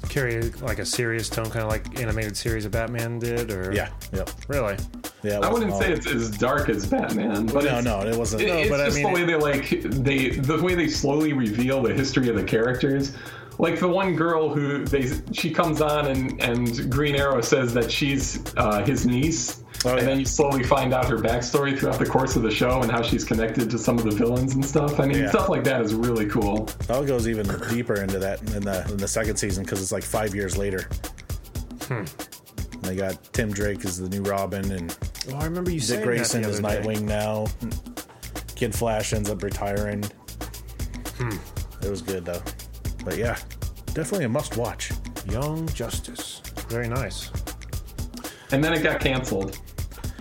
Speaker 4: Carry like a serious tone, kind of like animated series of Batman did, or
Speaker 6: Yeah, yep,
Speaker 4: really?
Speaker 6: yeah. it
Speaker 7: I
Speaker 6: wasn't
Speaker 7: wouldn't
Speaker 6: all-
Speaker 7: say it's as dark as Batman, but
Speaker 6: no,
Speaker 7: it's,
Speaker 6: no, it wasn't.
Speaker 7: It-
Speaker 6: no,
Speaker 7: it's
Speaker 6: but I
Speaker 7: just
Speaker 6: mean,
Speaker 7: the way they like they the way they slowly reveal the history of the characters. Like the one girl who they she comes on and and Green Arrow says that she's uh, his niece,
Speaker 6: Oh,
Speaker 7: and
Speaker 6: yeah.
Speaker 7: then you slowly find out her backstory throughout the course of the show and how she's connected to some of the villains and stuff. I mean,
Speaker 6: Yeah.
Speaker 7: stuff like that is really cool.
Speaker 6: That goes even deeper into that in the in the second season because it's like five years later. Hmm. They got Tim Drake as the new Robin and
Speaker 4: Oh, I remember you
Speaker 6: Dick
Speaker 4: saying
Speaker 6: Grayson
Speaker 4: that the
Speaker 6: is
Speaker 4: other day.
Speaker 6: Nightwing now. Kid Flash ends up retiring. Hmm. It was good though, but yeah, definitely a must watch.
Speaker 4: Young Justice. Very nice.
Speaker 7: And then it got canceled.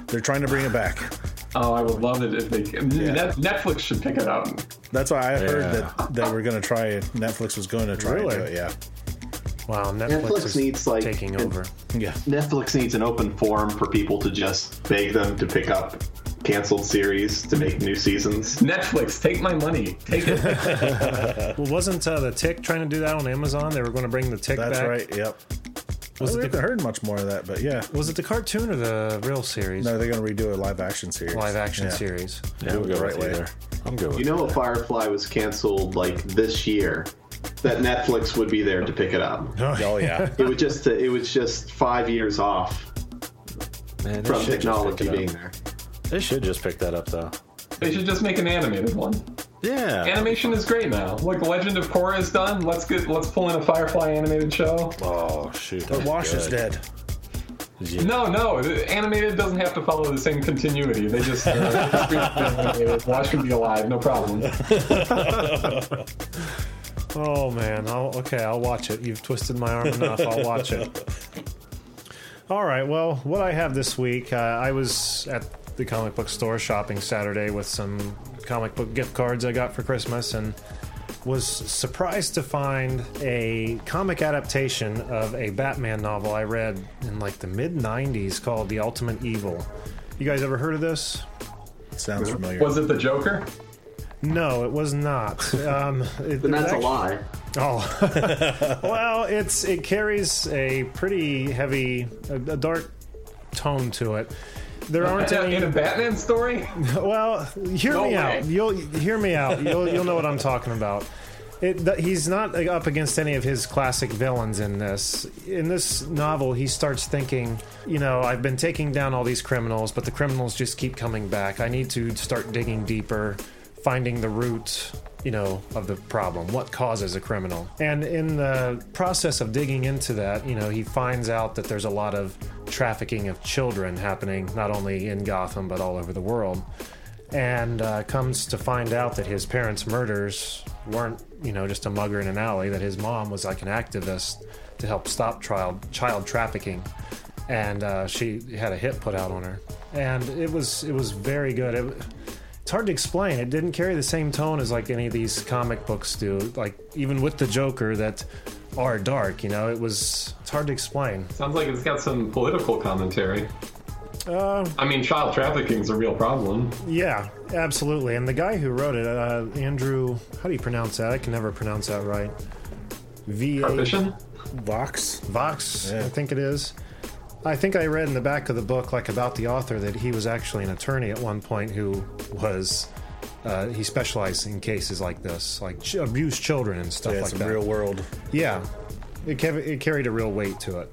Speaker 6: They're trying to bring it back.
Speaker 7: Oh, I would love it if they Net, Netflix should pick it up.
Speaker 6: That's why I heard
Speaker 2: Yeah.
Speaker 6: that they were going to try it. Netflix was going to try
Speaker 4: Really?
Speaker 6: to do it. Yeah,
Speaker 4: Wow, Netflix,
Speaker 5: Netflix
Speaker 4: is
Speaker 5: needs, like,
Speaker 4: taking
Speaker 5: an-
Speaker 4: over.
Speaker 6: yeah.
Speaker 5: Netflix needs an open forum for people to just beg them to pick up canceled series to make new seasons.
Speaker 7: Netflix, take my money. Take it.
Speaker 4: Well, wasn't uh, the Tick trying to do that on Amazon? They were going to bring the Tick
Speaker 6: That's
Speaker 4: back.
Speaker 6: right. Yep.
Speaker 4: Was
Speaker 6: I
Speaker 4: it
Speaker 6: haven't
Speaker 4: the
Speaker 6: heard much more of that, but yeah.
Speaker 4: was it the cartoon or the real series?
Speaker 6: No, they're going to redo a live action series.
Speaker 4: Live action
Speaker 6: Yeah.
Speaker 4: series.
Speaker 8: Yeah, I'm
Speaker 6: it the
Speaker 8: good
Speaker 6: right
Speaker 8: with
Speaker 6: way.
Speaker 8: either. I'm good with
Speaker 5: You know, Firefly was canceled like this year, that Netflix would be there to pick it up.
Speaker 6: Oh yeah.
Speaker 5: It would just it was just five years off
Speaker 8: Man, they
Speaker 5: from
Speaker 8: should just pick
Speaker 5: technology
Speaker 8: it up.
Speaker 5: being there.
Speaker 8: They should just pick that up though.
Speaker 7: They should just make an animated one.
Speaker 8: Yeah.
Speaker 7: Animation is great now. Look, Legend of Korra is done. Let's get let's pull in a Firefly animated show.
Speaker 8: oh shoot.
Speaker 6: But Wash is dead.
Speaker 7: No, no, the animated doesn't have to follow the same continuity. They just uh, just do animated. Wash can be alive, no problem.
Speaker 4: Oh man, I'll, okay, I'll watch it. You've twisted my arm enough. I'll watch it. All right. Well, what I have this week, uh, I was at the comic book store shopping Saturday with some comic book gift cards I got for Christmas, and was surprised to find a comic adaptation of a Batman novel I read in like the mid '90s called The Ultimate Evil. You guys ever heard of this?
Speaker 6: Sounds familiar.
Speaker 7: Was it the Joker?
Speaker 4: No, it was not. Um, it-
Speaker 5: Then
Speaker 4: it
Speaker 5: that's a
Speaker 4: actually-
Speaker 5: lie.
Speaker 4: Oh, well, it's it carries a pretty heavy, a, a dark tone to it. There aren't
Speaker 7: In a
Speaker 4: any.
Speaker 7: Batman story?
Speaker 4: Well, hear
Speaker 7: Uh, No
Speaker 4: me
Speaker 7: way.
Speaker 4: out. You'll hear me out. You'll you'll know what I'm talking about. It, th- he's not like, up against any of his classic villains in this. In this novel, he starts thinking, you know, I've been taking down all these criminals, but the criminals just keep coming back. I need to start digging deeper, finding the root, you know, of the problem. What causes a criminal? And in the process of digging into that, you know, he finds out that there's a lot of trafficking of children happening, not only in Gotham, but all over the world. And uh, comes to find out that his parents' murders weren't, you know, just a mugger in an alley, that his mom was like an activist to help stop trial, child trafficking and uh, she had a hit put out on her, and it was it was very good. It, it's hard to explain. It didn't carry the same tone as like any of these comic books do. Like even with the Joker that are dark, you know, it was it's hard to explain.
Speaker 7: Sounds like it's got some political commentary. I mean, child trafficking's a real problem.
Speaker 4: Yeah, absolutely. And the guy who wrote it, uh, Andrew, how do you pronounce that? I can never pronounce that right. V A
Speaker 7: Partition?
Speaker 6: Vox.
Speaker 4: Vox, I think it is. I think I read in the back of the book, like about the author, that he was actually an attorney at one point who was. Uh, he specialized in cases like this, like ch- abused children and stuff
Speaker 6: Yeah,
Speaker 4: like
Speaker 6: it's
Speaker 4: that.
Speaker 6: a real world.
Speaker 4: yeah, it, kev- it carried a real weight to it.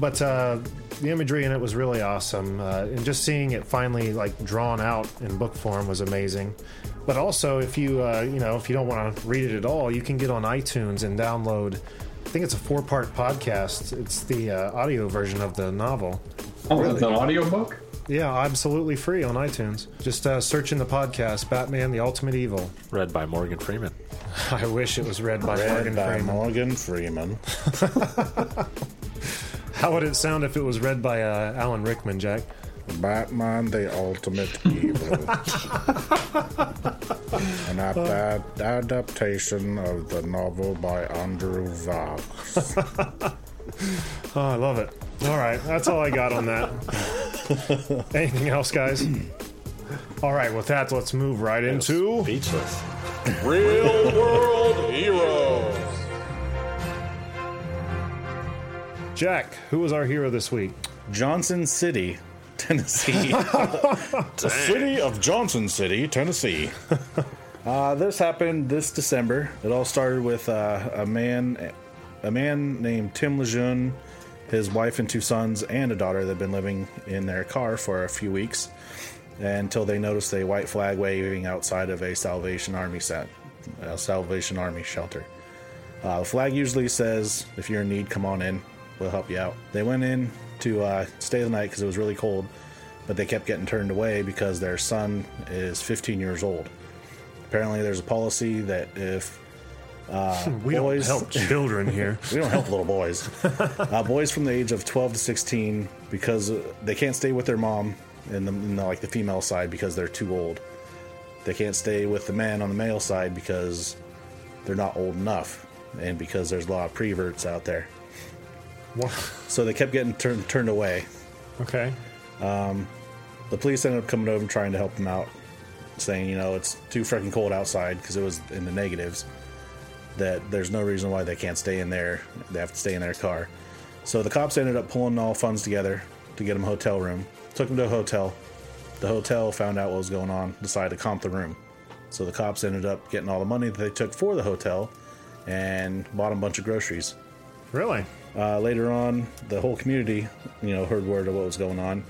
Speaker 4: But uh, the imagery in it was really awesome, uh, and just seeing it finally like drawn out in book form was amazing. But also, if you uh, you know if you don't want to read it at all, you can get on iTunes and download. I think it's a four-part podcast. It's the uh, audio version of the novel.
Speaker 7: Oh, it's an audiobook?
Speaker 4: Yeah, absolutely free on iTunes. Just uh, search in the podcast "Batman: The Ultimate Evil."
Speaker 8: Read by Morgan Freeman.
Speaker 4: I wish it was read by
Speaker 6: Read
Speaker 4: Morgan
Speaker 6: by
Speaker 4: Freeman.
Speaker 6: Morgan Freeman.
Speaker 4: How would it sound if it was read by uh, Alan Rickman, Jack?
Speaker 6: Batman, the ultimate evil. An adapt- adaptation of the novel by Andrew Vox.
Speaker 4: Oh, I love it. All right, that's all I got on that. Anything else, guys? All right, with that, let's move right into.
Speaker 8: Speechless.
Speaker 9: Real world heroes.
Speaker 4: Jack, who was our hero this week?
Speaker 6: Johnson City, Tennessee. the city of Johnson City, Tennessee. Uh, this happened this December. It all started with uh, a man, a man named Tim Lejeune, his wife and two sons and a daughter that had been living in their car for a few weeks until they noticed a white flag waving outside of a Salvation Army set, a Salvation Army shelter. Uh, the flag usually says, if you're in need, come on in. We'll help you out. They went in to uh, stay the night because it was really cold, but they kept getting turned away because their son is 15 years old. Apparently, there's a policy that if
Speaker 4: We don't
Speaker 6: Boys.
Speaker 4: help children here.
Speaker 6: we don't help little boys. Uh, boys from the age of 12 to 16 because uh, they can't stay with their mom in the, in the like the female side because they're too old. They can't stay with the man on the male side because they're not old enough and because there's a lot of preverts out there. So they kept getting turned turned away.
Speaker 4: okay.
Speaker 6: The police ended up coming over and trying to help them out, saying, you know, it's too freaking cold outside because it was in the negatives. That there's no reason why they can't stay in there. They have to stay in their car. So the cops ended up pulling all funds together to get them a hotel room. Took them to a hotel. The hotel found out what was going on, decided to comp the room. So the cops ended up getting all the money that they took for the hotel and bought a bunch of groceries.
Speaker 4: Really?
Speaker 6: Uh, later on, the whole community, you know, heard word of what was going on,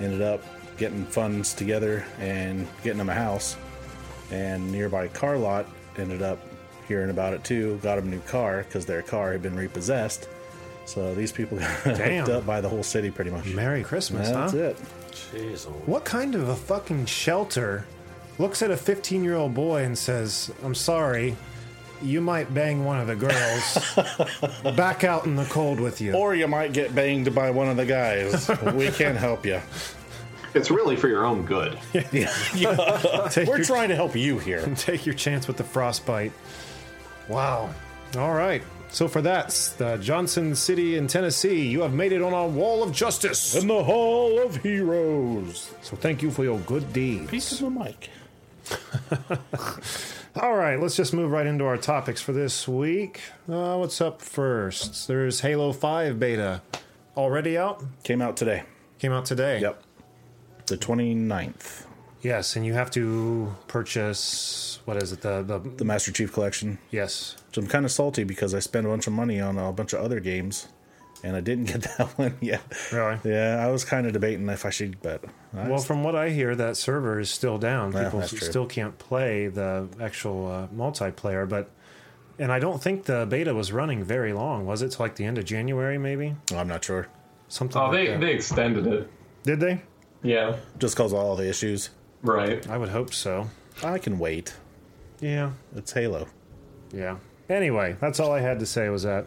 Speaker 6: ended up getting funds together and getting them a house. And nearby car lot ended up hearing about it too, got them a new car because their car had been repossessed. So these people got
Speaker 4: Damn.
Speaker 6: hooked up by the whole city pretty much.
Speaker 4: Merry Christmas,
Speaker 6: That's
Speaker 4: huh?
Speaker 6: it.
Speaker 8: Jeez, oh,
Speaker 4: What kind of a fucking shelter looks at a 15 year old boy and says, I'm sorry, you might bang one of the girls back out in the cold with you?
Speaker 6: Or you might get banged by one of the guys. we can't help you.
Speaker 5: It's really for your own good.
Speaker 4: take,
Speaker 6: We're
Speaker 4: your,
Speaker 6: trying to help you here.
Speaker 4: take your chance with the frostbite. Wow. All right. So for that, the Johnson City in Tennessee, you have made it on our wall of justice.
Speaker 6: In the Hall of Heroes.
Speaker 4: So thank you for your good deed.
Speaker 6: Piece of the mic.
Speaker 4: All right, let's just move right into our topics for this week. Uh, what's up first? There's Halo 5 beta already out,
Speaker 6: Came out today.
Speaker 4: came out today.
Speaker 6: Yep. The 29th.
Speaker 4: Yes, and you have to purchase what is it? The the
Speaker 6: The Master Chief Collection.
Speaker 4: yes.
Speaker 6: So I'm kind of salty because I spent a bunch of money on a bunch of other games, and I didn't get that one yet.
Speaker 4: Really?
Speaker 6: Yeah, I was kind of debating if I should, but I,
Speaker 4: Well, from what I hear, that server is still down.
Speaker 6: Yeah,
Speaker 4: People
Speaker 6: that's true.
Speaker 4: still can't play the actual uh, multiplayer, but and I don't think the beta was running very long. Was it till like the end of January, maybe
Speaker 6: I'm not sure.
Speaker 4: something?
Speaker 7: Oh,
Speaker 4: like
Speaker 7: they
Speaker 4: that.
Speaker 7: they extended it.
Speaker 4: did they?
Speaker 7: Yeah,
Speaker 6: Just cause of all the issues.
Speaker 7: right.
Speaker 4: I would hope so.
Speaker 6: I can wait.
Speaker 4: Yeah,
Speaker 6: It's Halo.
Speaker 4: Yeah. Anyway, that's all I had to say was that.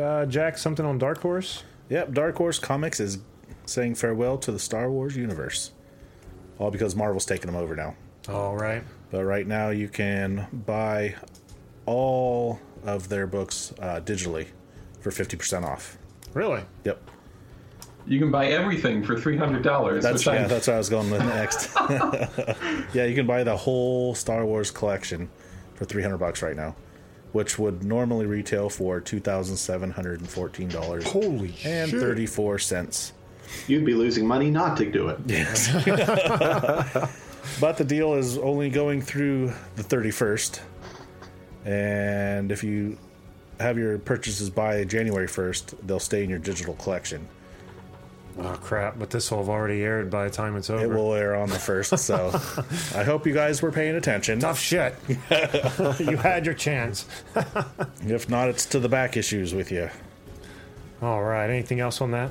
Speaker 4: Uh, Jack, something on Dark Horse?
Speaker 6: Yep, Dark Horse Comics is saying farewell to the Star Wars universe, all because Marvel's taking them over now.
Speaker 4: All right.
Speaker 6: But right now, you can buy all of their books uh, digitally for 50% off.
Speaker 4: Really?
Speaker 6: Yep.
Speaker 7: You can buy everything for three hundred dollars.
Speaker 6: That's,
Speaker 7: which I-
Speaker 6: yeah, that's where I was going with next. yeah, you can buy the whole Star Wars collection for 300 bucks right now, which would normally retail for $2,714
Speaker 4: Holy
Speaker 6: and 34 cents.
Speaker 5: You'd be losing money not to do it.
Speaker 6: But the deal is only going through the 31st. And if you have your purchases by January 1st, they'll stay in your digital collection.
Speaker 4: Oh, crap. But this will have already aired by the time it's over.
Speaker 6: It will air on the 1st, so I hope you guys were paying attention.
Speaker 4: Tough shit. you had your chance.
Speaker 6: If not, it's to the back issues with you.
Speaker 4: All right. Anything else on that?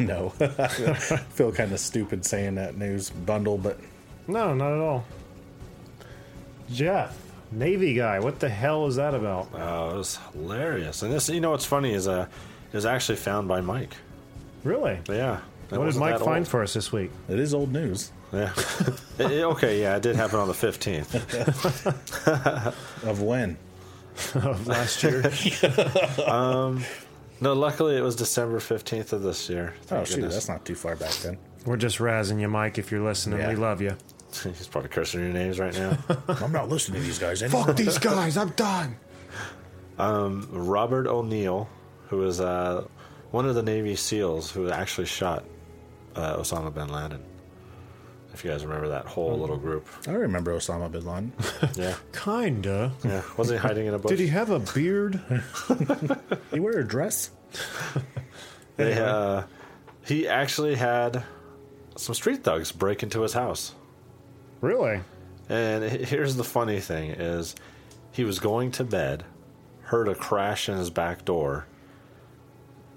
Speaker 6: No. I feel kind of stupid saying that news bundle, but
Speaker 4: No, not at all. Jeff, Navy guy. What the hell is that about?
Speaker 8: it was hilarious. And this, you know, what's funny is uh, it was actually found by Mike.
Speaker 4: Really?
Speaker 8: But yeah. it
Speaker 4: What did
Speaker 8: wasn't
Speaker 4: Mike
Speaker 8: that
Speaker 4: find
Speaker 8: old.
Speaker 4: for us this week?
Speaker 6: it is old news.
Speaker 8: Yeah. It- it- okay, yeah, it did happen on the 15th.
Speaker 6: Of when?
Speaker 4: of last year.
Speaker 8: No, luckily it was December 15th of this year.
Speaker 6: Oh,
Speaker 8: Thank
Speaker 6: shoot,
Speaker 8: goodness.
Speaker 6: that's not too far back then.
Speaker 4: We're just razzing you, Mike, if you're listening.
Speaker 6: Yeah.
Speaker 4: We love you.
Speaker 8: He's probably cursing your names right now.
Speaker 6: I'm not listening to these guys anymore.
Speaker 4: these guys. I'm done.
Speaker 8: Robert O'Neill, who was uh, one of the Navy SEALs who actually shot uh, Osama bin Laden. If you guys remember that whole little group.
Speaker 6: I remember Osama bin Laden.
Speaker 8: Yeah.
Speaker 4: Kinda.
Speaker 8: Yeah. Wasn't he hiding in a bush?
Speaker 4: Did he have a beard?
Speaker 6: You wear a dress?
Speaker 8: They, uh, he actually had some street thugs break into his house.
Speaker 4: really?
Speaker 8: And he- here's the funny thing is he was going to bed, heard a crash in his back door,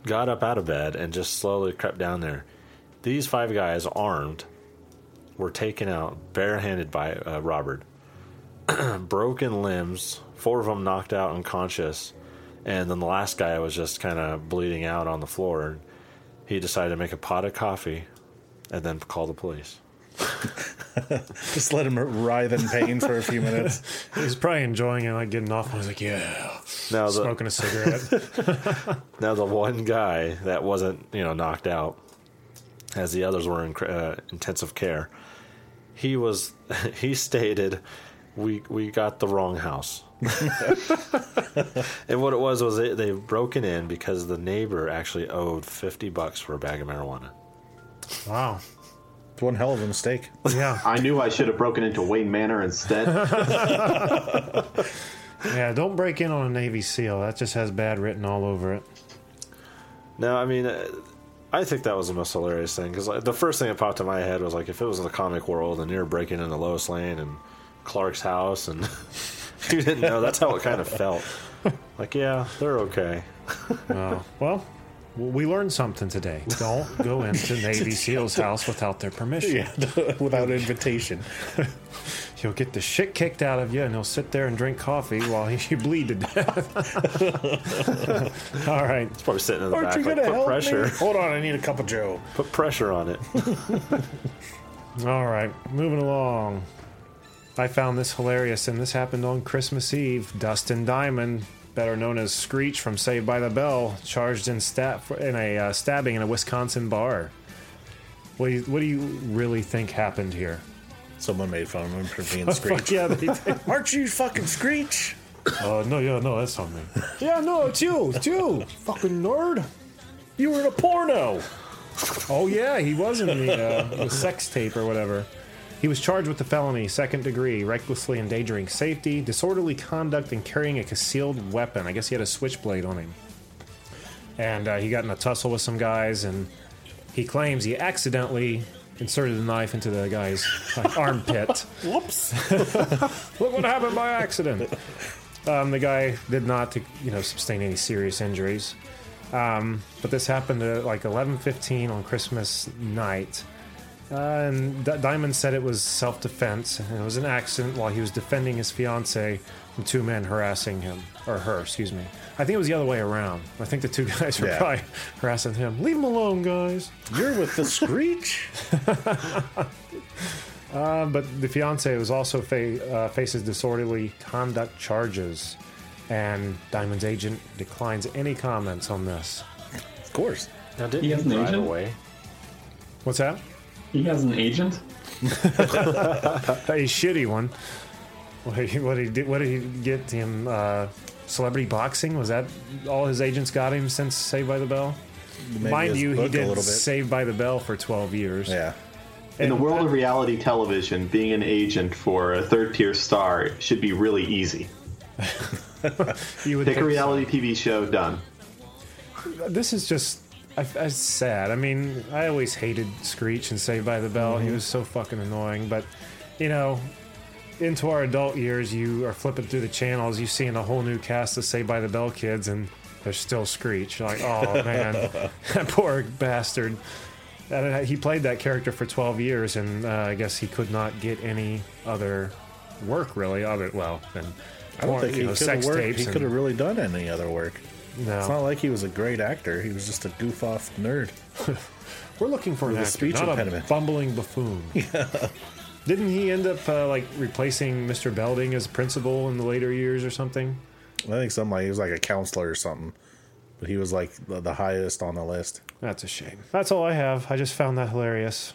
Speaker 8: got up out of bed and just slowly crept down there. These five guys armed were taken out barehanded by uh, Robert. Broken limbs, four of them knocked out unconscious, and then the last guy was just kind of bleeding out on the floor. He decided to make a pot of coffee and then call the police.
Speaker 6: Just let him writhe in pain for a few minutes.
Speaker 4: He's probably enjoying it, like getting off. I was like, yeah,
Speaker 8: Now the,
Speaker 4: smoking a cigarette.
Speaker 8: Now the one guy that wasn't, you know, knocked out, as the others were in cr- uh, intensive care, he was. He stated, "We we got the wrong house." and what it was was they, they broken in because the neighbor actually owed fifty bucks for a bag of marijuana.
Speaker 4: wow.
Speaker 6: It's one hell of a mistake.
Speaker 4: Yeah.
Speaker 5: I knew I should have broken into Wayne Manor instead.
Speaker 4: Yeah, don't break in on a Navy SEAL. That just has bad written all over it.
Speaker 8: No, I mean, uh, I think that was the most hilarious thing because the first thing that popped in my head was like, if it was in the comic world and you're breaking into Lois Lane and Clark's house and you didn't know, that's how it kind of felt. Like, yeah, they're okay.
Speaker 4: Well, w- we learned something today. Don't go into Navy SEAL's house without their permission.
Speaker 6: Yeah, without invitation.
Speaker 4: He'll get the shit kicked out of you, and he'll sit there and drink coffee while you bleed to death. all right.
Speaker 8: It's probably sitting in the
Speaker 6: Aren't you
Speaker 8: back. Like,
Speaker 6: gonna
Speaker 8: put
Speaker 6: help
Speaker 8: pressure,
Speaker 6: me? Hold on, I need a cup of Joe.
Speaker 8: put pressure on it.
Speaker 4: All right, moving along. I found this hilarious, and this happened on Christmas Eve. Dustin Diamond, better known as Screech from Saved by the Bell, charged in stab in a uh, stabbing in a Wisconsin bar. What do you, what do you really think happened here?
Speaker 6: Someone made fun of him for being Screech.
Speaker 4: Yeah, they did.
Speaker 6: Aren't you fucking Screech?
Speaker 4: Oh no, yeah, no, that's on me.
Speaker 6: Yeah, no, it's you. It's you.
Speaker 4: Fucking nerd.
Speaker 6: You were in a porno.
Speaker 4: Oh yeah, he was in the, uh, the sex tape or whatever. He was charged with the felony, second degree, recklessly endangering safety, disorderly conduct, and carrying a concealed weapon. I guess he had a switchblade on him. And uh, he got in a tussle with some guys, and he claims he accidentally inserted a knife into the guy's like, armpit.
Speaker 6: Whoops.
Speaker 4: Look what happened by accident. Um, the guy did not, you know, sustain any serious injuries. Um, but this happened at like 11:15 on Christmas night, uh, and D- Diamond said it was self-defense and it was an accident while he was defending his fiance from two men harassing him or her. Excuse me. I think it was the other way around. I think the two guys were
Speaker 6: Yeah.
Speaker 4: probably harassing him. Leave him alone, guys.
Speaker 6: You're with the Screech.
Speaker 4: But the fiance was also fa- uh, faces disorderly conduct charges, and Diamond's agent declines any comments on this.
Speaker 6: Of course.
Speaker 8: Now, didn't
Speaker 7: He has
Speaker 8: he
Speaker 7: an
Speaker 8: drive
Speaker 7: agent?
Speaker 8: away?
Speaker 4: What's that?
Speaker 7: He has an agent.
Speaker 4: A shitty one. What did he, what did he, do- what did he get him? Uh, celebrity boxing? Was that all his agents got him since Saved by the Bell?
Speaker 6: Maybe
Speaker 4: Mind
Speaker 6: his
Speaker 4: you, he
Speaker 6: book
Speaker 4: did Saved by the Bell for 12 years.
Speaker 6: Yeah.
Speaker 4: And
Speaker 5: In the world of reality television, being an agent for a third tier star should be really easy.
Speaker 4: you would
Speaker 5: Pick
Speaker 4: think
Speaker 5: a
Speaker 4: so.
Speaker 5: reality TV show, done.
Speaker 4: this is just I, I, sad. I mean, I always hated Screech and Saved by the Bell.
Speaker 6: Mm-hmm.
Speaker 4: He was so fucking annoying. But you know, into our adult years, you are flipping through the channels, you seeing a whole new cast of Saved by the Bell kids, and there's still Screech. You're like, oh man, that poor bastard. And uh, he played that character for 12 years, and uh, I guess he could not get any other work really. Other well, than
Speaker 6: I don't think he could have worked. He
Speaker 4: and-
Speaker 6: could have really done any other work.
Speaker 4: no.
Speaker 6: It's not like he was a great actor. He was just a goof off nerd.
Speaker 4: We're looking for an
Speaker 6: With a
Speaker 4: actor,
Speaker 6: speech
Speaker 4: not
Speaker 6: impediment.
Speaker 4: a bumbling buffoon. Didn't he end up uh, like replacing Mr. Belding as principal in the later years or something?
Speaker 6: I think something like he was like a counselor or something. But he was like the, the highest on the list.
Speaker 4: That's a shame. That's all I have. I just found that hilarious.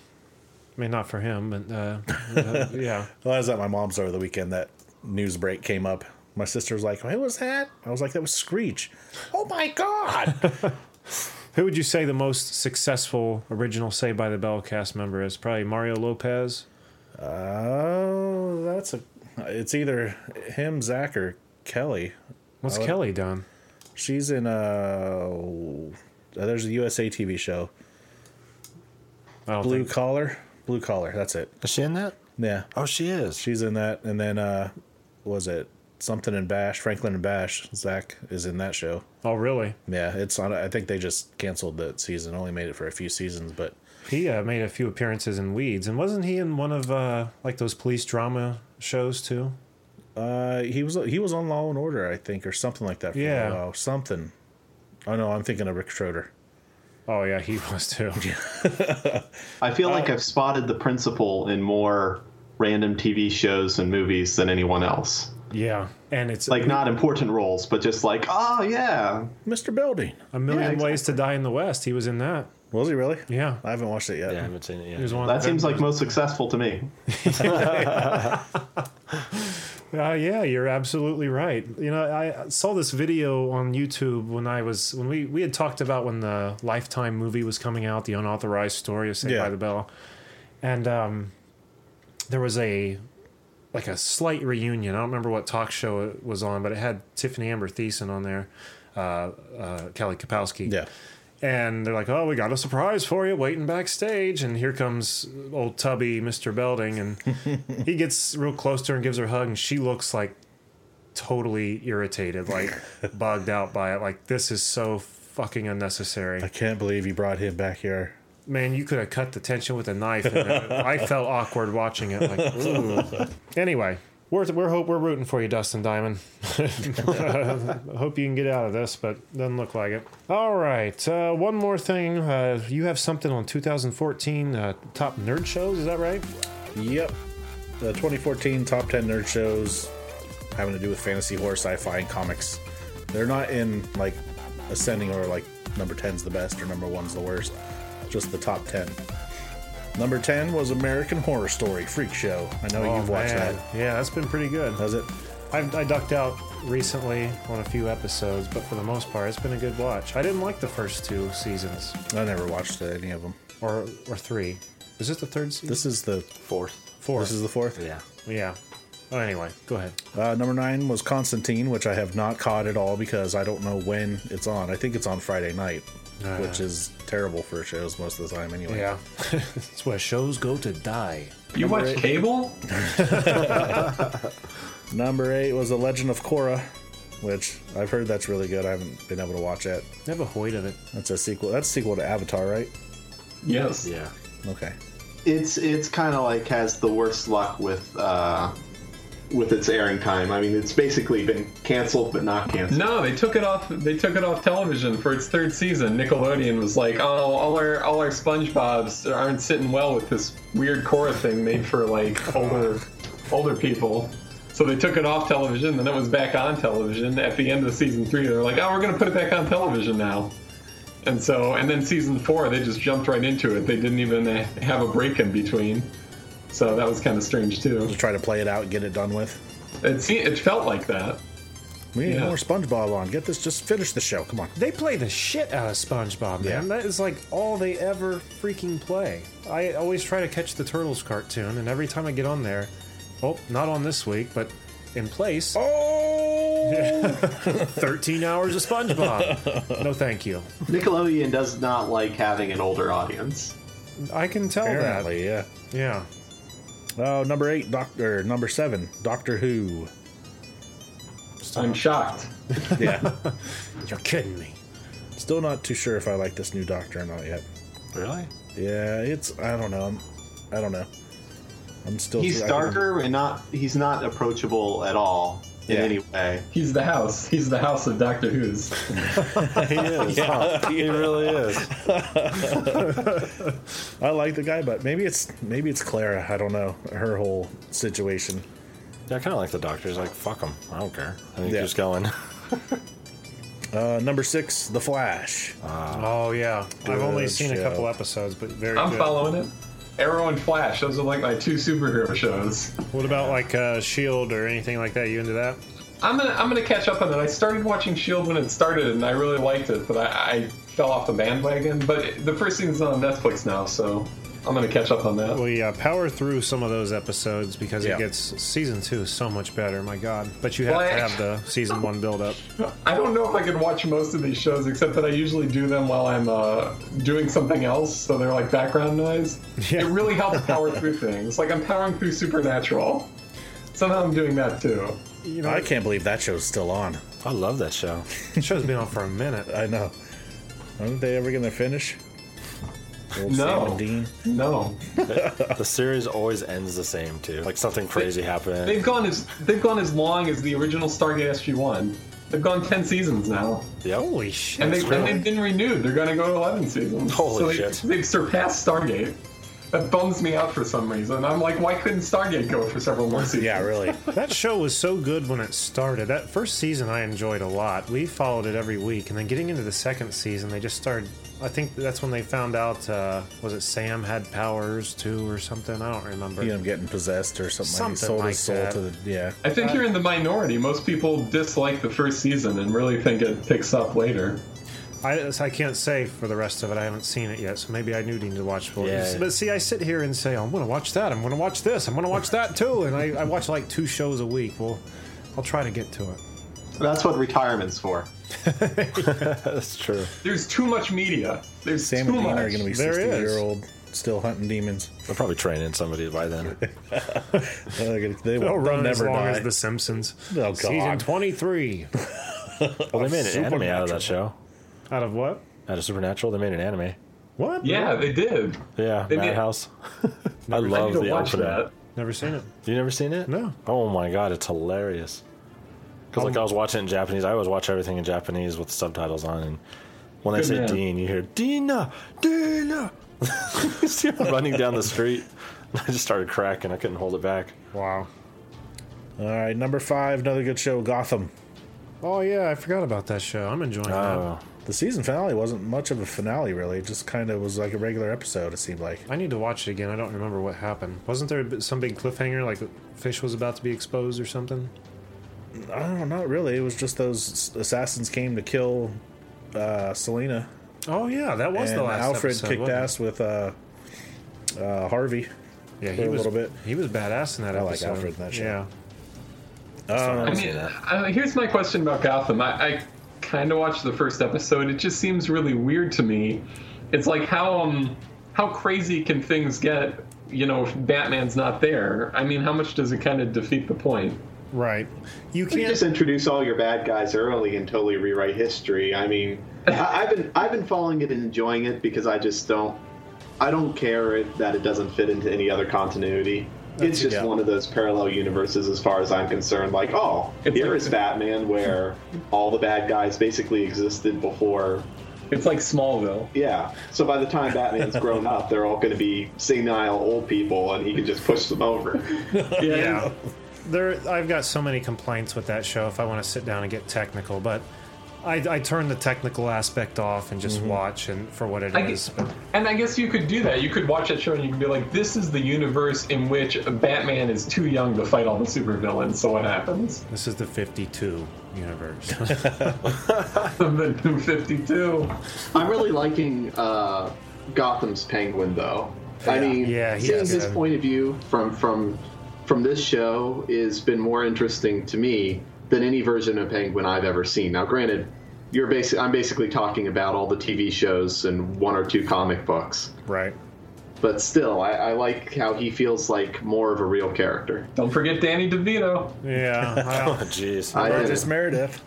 Speaker 4: I mean, not for him, but uh, uh, yeah.
Speaker 6: Well, I was at my mom's over the weekend. That news break came up. My sister was like, "Who was that?" I was like, "That was Screech." Oh my god!
Speaker 4: Who would you say the most successful original Saved by the Bell cast member is? Probably Mario Lopez.
Speaker 6: Oh, that's a. It's either him, Zach, or Kelly.
Speaker 4: What's Kelly done?
Speaker 6: She's in a. There's a USA TV show,
Speaker 4: I don't
Speaker 6: Blue
Speaker 4: think.
Speaker 6: Collar. Blue Collar. That's it.
Speaker 8: Is she in that?
Speaker 6: Yeah,
Speaker 8: Oh, she is.
Speaker 6: she's in that. And then, uh, was it something in Bash? Franklin and Bash. Zach is in that show.
Speaker 4: Oh, really?
Speaker 6: Yeah, it's on. I think they just canceled that season. Only made it for a few seasons, but
Speaker 4: He uh, made a few appearances in Weeds, and wasn't he in one of uh, like those police drama shows too?
Speaker 6: Uh, he was he was on Law and Order, I think, or something like that. For
Speaker 4: Yeah.
Speaker 6: a while. something. Oh no, I'm thinking of Rick Schroeder.
Speaker 4: Oh yeah, he was too.
Speaker 5: I feel like I've spotted the principal in more random TV shows and movies than anyone else.
Speaker 4: Yeah, and it's
Speaker 5: Like, not important roles, but just like, oh, yeah.
Speaker 6: Mr. Belding.
Speaker 4: a million
Speaker 5: yeah,
Speaker 4: ways to die in the West. He was in that.
Speaker 6: Was he really?
Speaker 4: Yeah,
Speaker 6: I haven't watched it yet.
Speaker 8: Yeah, I haven't seen it
Speaker 4: he was
Speaker 8: yet.
Speaker 4: one.
Speaker 5: That seems like most successful to me.
Speaker 4: Uh, yeah, you're absolutely right. You know, I saw this video on YouTube when I was when we we had talked about when the Lifetime movie was coming out, the unauthorized story of Saved
Speaker 6: Yeah.
Speaker 4: by the Bell, and um, there was a like a slight reunion. I don't remember what talk show it was on, but it had Tiffany Amber Thiessen on there, uh, uh, Kelly Kapowski.
Speaker 6: Yeah.
Speaker 4: And they're like, "Oh, we got a surprise for you, waiting backstage." And here comes old Tubby, Mr. Belding, and he gets real close to her and gives her a hug, and she looks like totally irritated, like bugged out by it. Like this is so fucking unnecessary
Speaker 6: I can't believe you brought him back here.
Speaker 4: man, you could have cut the tension with a knife. And it- I felt awkward watching it. Like, ooh. Anyway, we're we're hope we're rooting for you, Dustin Diamond. hope you can get out of this, but doesn't look like it. All right, uh, one more thing. Uh, you have something on 2014 uh, top nerd shows. Is that right?
Speaker 6: Yep. The 2014 top 10 nerd shows having to do with fantasy, horror, sci-fi, and comics. They're not in like ascending or like number 10's the best or number 1's the worst. Just the top 10. Number 10 was American Horror Story Freak Show. I know Oh, you've watched
Speaker 4: Oh, man.
Speaker 6: that.
Speaker 4: Yeah, that's been pretty good.
Speaker 6: Does it?
Speaker 4: I've, I ducked out recently on a few episodes, but for the most part, it's been a good watch. I didn't like the first two seasons
Speaker 6: I never watched any of them.
Speaker 4: or or three. Is this the third season?
Speaker 6: This is the
Speaker 8: Fourth.
Speaker 4: Four.
Speaker 6: this is the fourth.
Speaker 8: Yeah.
Speaker 4: Yeah. Oh, anyway, go ahead.
Speaker 6: Uh, number nine was Constantine, which I have not caught at all because I don't know when it's on. I think it's on Friday night, which is terrible for shows most of the time anyway.
Speaker 4: Yeah. That's where shows go to die.
Speaker 7: You watch cable?
Speaker 6: Number eight was The Legend of Korra, which I've heard that's really good. I haven't been able to watch it.
Speaker 4: They have a hoid of it.
Speaker 6: That's a sequel. That's a sequel to Avatar, right?
Speaker 7: Yes.
Speaker 8: Yeah.
Speaker 6: Okay.
Speaker 5: It's it's kind of like has the worst luck with uh, with its airing time. I mean, it's basically been canceled but not canceled.
Speaker 7: No, they took it off. They took it off television for its third season. Nickelodeon was like, "Oh, all our all our SpongeBob's aren't sitting well with this weird Cora thing made for like older older people." So they took it off television. Then it was back on television at the end of season three. They're like, "Oh, we're gonna put it back on television now." And so, and then season four, they just jumped right into it. They didn't even uh, have a break in between. So that was kind of strange too.
Speaker 6: To try to play it out and get it done with.
Speaker 7: It se- it felt like that.
Speaker 6: We need
Speaker 7: Yeah.
Speaker 6: more SpongeBob on. Get this. Just finish the show. Come on.
Speaker 4: They play the shit out of SpongeBob, man.
Speaker 6: Yeah.
Speaker 4: That is like all they ever freaking play. I always try to catch the Turtles cartoon, and every time I get on there, oh, not on this week, but in place,
Speaker 6: Oh.
Speaker 4: 13 hours of SpongeBob. no, thank you.
Speaker 5: Nickelodeon does not like having an older audience.
Speaker 4: I can tell
Speaker 6: Apparently, yeah.
Speaker 4: that. Yeah.
Speaker 6: Oh, number eight, Doctor. Number seven, Doctor Who.
Speaker 7: I'm shocked.
Speaker 6: Yeah.
Speaker 4: You're kidding me.
Speaker 6: Still not too sure if I like this new Doctor or not yet.
Speaker 8: Really?
Speaker 6: Yeah, it's. I don't know. I'm, I don't know. I'm still.
Speaker 5: He's
Speaker 6: I can-
Speaker 5: darker and not he's not approachable at all in
Speaker 6: Yeah.
Speaker 5: any way.
Speaker 7: He's the house. He's the house of Doctor Who's.
Speaker 8: He is. huh? He really is.
Speaker 6: I like the guy, but maybe it's maybe it's Clara. I don't know her whole situation.
Speaker 8: Yeah, I kind of like the doctors. Like, fuck them. I don't care. I think
Speaker 6: Yeah.
Speaker 8: yeah. just going.
Speaker 6: Uh, number six, The Flash.
Speaker 4: oh, yeah. I've only
Speaker 6: Good
Speaker 4: seen a
Speaker 6: show.
Speaker 4: couple episodes, but very
Speaker 7: I'm
Speaker 4: good.
Speaker 7: following it. Arrow and Flash. Those are like my two superhero shows.
Speaker 4: What about like uh, Shield or anything like that? You into that?
Speaker 7: I'm gonna I'm gonna catch up on it. I started watching Shield when it started, and I really liked it, but I, I fell off the bandwagon. But the first season's on Netflix now, so I'm gonna catch up on that.
Speaker 4: We uh, power through some of those episodes because
Speaker 6: Yeah.
Speaker 4: it gets season two is so much better. My God! But you have
Speaker 7: Well,
Speaker 4: to
Speaker 7: I-
Speaker 4: have the season one build up.
Speaker 7: I don't know if I could watch most of these shows, except that I usually do them while I'm uh, doing something else, so they're like background noise. It really helps power through things. Like I'm powering through Supernatural. Somehow I'm doing that too.
Speaker 4: You know,
Speaker 6: I can't believe that show's still on.
Speaker 8: I love that show.
Speaker 4: the show's been on for a minute.
Speaker 6: I know. Aren't they ever gonna finish? Old
Speaker 7: No.
Speaker 6: Sam and Dean.
Speaker 7: No,
Speaker 8: The series always ends the same too. Like something crazy happened.
Speaker 7: They've gone as they've gone as long as the original Stargate SG One. They've gone ten seasons now,
Speaker 8: Yep.
Speaker 4: Holy shit!
Speaker 7: and, they, and they've been renewed. They're going to go to eleven seasons.
Speaker 8: Holy
Speaker 7: so they,
Speaker 8: shit.
Speaker 7: They've surpassed Stargate. That bums me out for some reason. I'm like, why couldn't Stargate go for several more seasons?
Speaker 6: Yeah, really.
Speaker 4: that show was so good when it started. That first season I enjoyed a lot. We followed it every week, and then getting into the second season, they just started. I think that's when they found out. Uh, was it Sam had powers too, or something? I don't remember.
Speaker 6: you know, getting possessed or something. like-
Speaker 4: Something
Speaker 6: sold
Speaker 4: like
Speaker 6: his soul
Speaker 4: that.
Speaker 6: to the yeah.
Speaker 7: I think you're in the minority. Most people dislike the first season and really think it picks up later.
Speaker 4: I, so I can't say for the rest of it. I haven't seen it yet, so maybe I do need to watch full.
Speaker 8: Yeah.
Speaker 4: But see, I sit here and say, "Oh, I'm going to watch that. I'm going to watch this. I'm going to watch that too. And I, I watch like two shows a week. Well, I'll try to get to it.
Speaker 5: That's what retirement's for.
Speaker 8: That's true.
Speaker 7: There's too much media. There's
Speaker 6: Sam
Speaker 7: too
Speaker 6: and Dean
Speaker 7: much.
Speaker 6: are going to be
Speaker 4: There
Speaker 6: 60
Speaker 4: is.
Speaker 6: year old still hunting demons.
Speaker 8: They'll probably train in somebody by then.
Speaker 6: They're gonna- They
Speaker 4: They'll
Speaker 6: will
Speaker 4: run as
Speaker 6: never
Speaker 4: long
Speaker 6: die.
Speaker 4: as The Simpsons.
Speaker 6: Oh,
Speaker 4: Season
Speaker 6: God.
Speaker 4: 23.
Speaker 8: Well, Oh, they made an anime out of that show.
Speaker 4: Out of what?
Speaker 8: Out of Supernatural, they made an anime.
Speaker 4: What?
Speaker 7: Yeah, they did.
Speaker 8: Yeah,
Speaker 7: They made-
Speaker 8: Madhouse. I love
Speaker 7: I need
Speaker 8: the
Speaker 7: to watch
Speaker 8: opening.
Speaker 7: that.
Speaker 4: Never seen it.
Speaker 8: You never seen it?
Speaker 4: No.
Speaker 8: Oh my god, it's hilarious. Because like I was watching it in Japanese, I always watch everything in Japanese with subtitles on, and when they
Speaker 7: Good
Speaker 8: say
Speaker 7: man.
Speaker 8: Dean, you hear Dina, Dina. You see him running down the street. I just started cracking. I couldn't hold it back.
Speaker 4: Wow.
Speaker 6: All right, number five, another good show, Gotham.
Speaker 4: Oh, yeah. I forgot about that show. I'm enjoying
Speaker 8: Oh,
Speaker 6: The season finale wasn't much of a finale, really. It just kind of was like a regular episode, it seemed like.
Speaker 4: that. I need to watch it again. I don't remember what happened. Wasn't there a bit- some big cliffhanger, like fish was about to be exposed or something?
Speaker 6: I don't know, not really. It was just those assassins came to kill uh, Selena.
Speaker 4: Oh, yeah. That was
Speaker 6: and
Speaker 4: the last
Speaker 6: Alfred
Speaker 4: episode,
Speaker 6: kicked
Speaker 4: wasn't it?
Speaker 6: ass with uh, uh, Harvey.
Speaker 4: Yeah,
Speaker 6: for
Speaker 4: he
Speaker 6: a
Speaker 4: was
Speaker 6: little bit.
Speaker 4: He was badass in that
Speaker 6: I like
Speaker 4: episode.
Speaker 6: Alfred in that show.
Speaker 4: Yeah,
Speaker 7: I mean, uh, here's my question about Gotham. I, I kind of watched the first episode. It just seems really weird to me. It's like how um how crazy can things get? You know, if Batman's not there. I mean, how much does it kind of defeat the point?
Speaker 4: right. You
Speaker 5: You
Speaker 4: can't.
Speaker 5: just introduce all your bad guys early and totally rewrite history. I mean, I, I've been I've been following it and enjoying it because I just don't I don't care it, that it doesn't fit into any other continuity. it's just
Speaker 6: yeah.
Speaker 5: one of those parallel universes as far as I'm concerned. Like, oh,
Speaker 7: It's
Speaker 5: here
Speaker 7: like-
Speaker 5: is Batman where all the bad guys basically existed before.
Speaker 7: It's like Smallville.
Speaker 5: Yeah. So by the time Batman's grown up, they're all going to be senile old people and he can just push them over.
Speaker 7: Yeah.
Speaker 4: yeah, there. I've got so many complaints with that show. If I want to sit down and get technical, but I, I turn the technical aspect off and just
Speaker 6: Mm-hmm.
Speaker 4: watch and for what it
Speaker 7: I
Speaker 4: is.
Speaker 7: guess,
Speaker 4: But
Speaker 7: and I guess you could do that. You could watch that show and you could be like, "This is the universe in which Batman is too young to fight all the supervillains." So what happens?
Speaker 4: this is the fifty-two universe.
Speaker 7: The new Fifty-two.
Speaker 5: I'm really liking uh, Gotham's Penguin, though. I mean,
Speaker 4: Yeah, he's
Speaker 5: seeing his
Speaker 4: good.
Speaker 5: point of view from from from this show has been more interesting to me than any version of Penguin I've ever seen. Now, granted, you're basic. I'm basically talking about all the TV shows and one or two comic books,
Speaker 4: right.
Speaker 5: but still, I, I like how he feels like more of a real character.
Speaker 7: Don't forget Danny DeVito.
Speaker 4: Yeah. I-
Speaker 8: Oh, jeez.
Speaker 5: I did
Speaker 6: Burgess Meredith.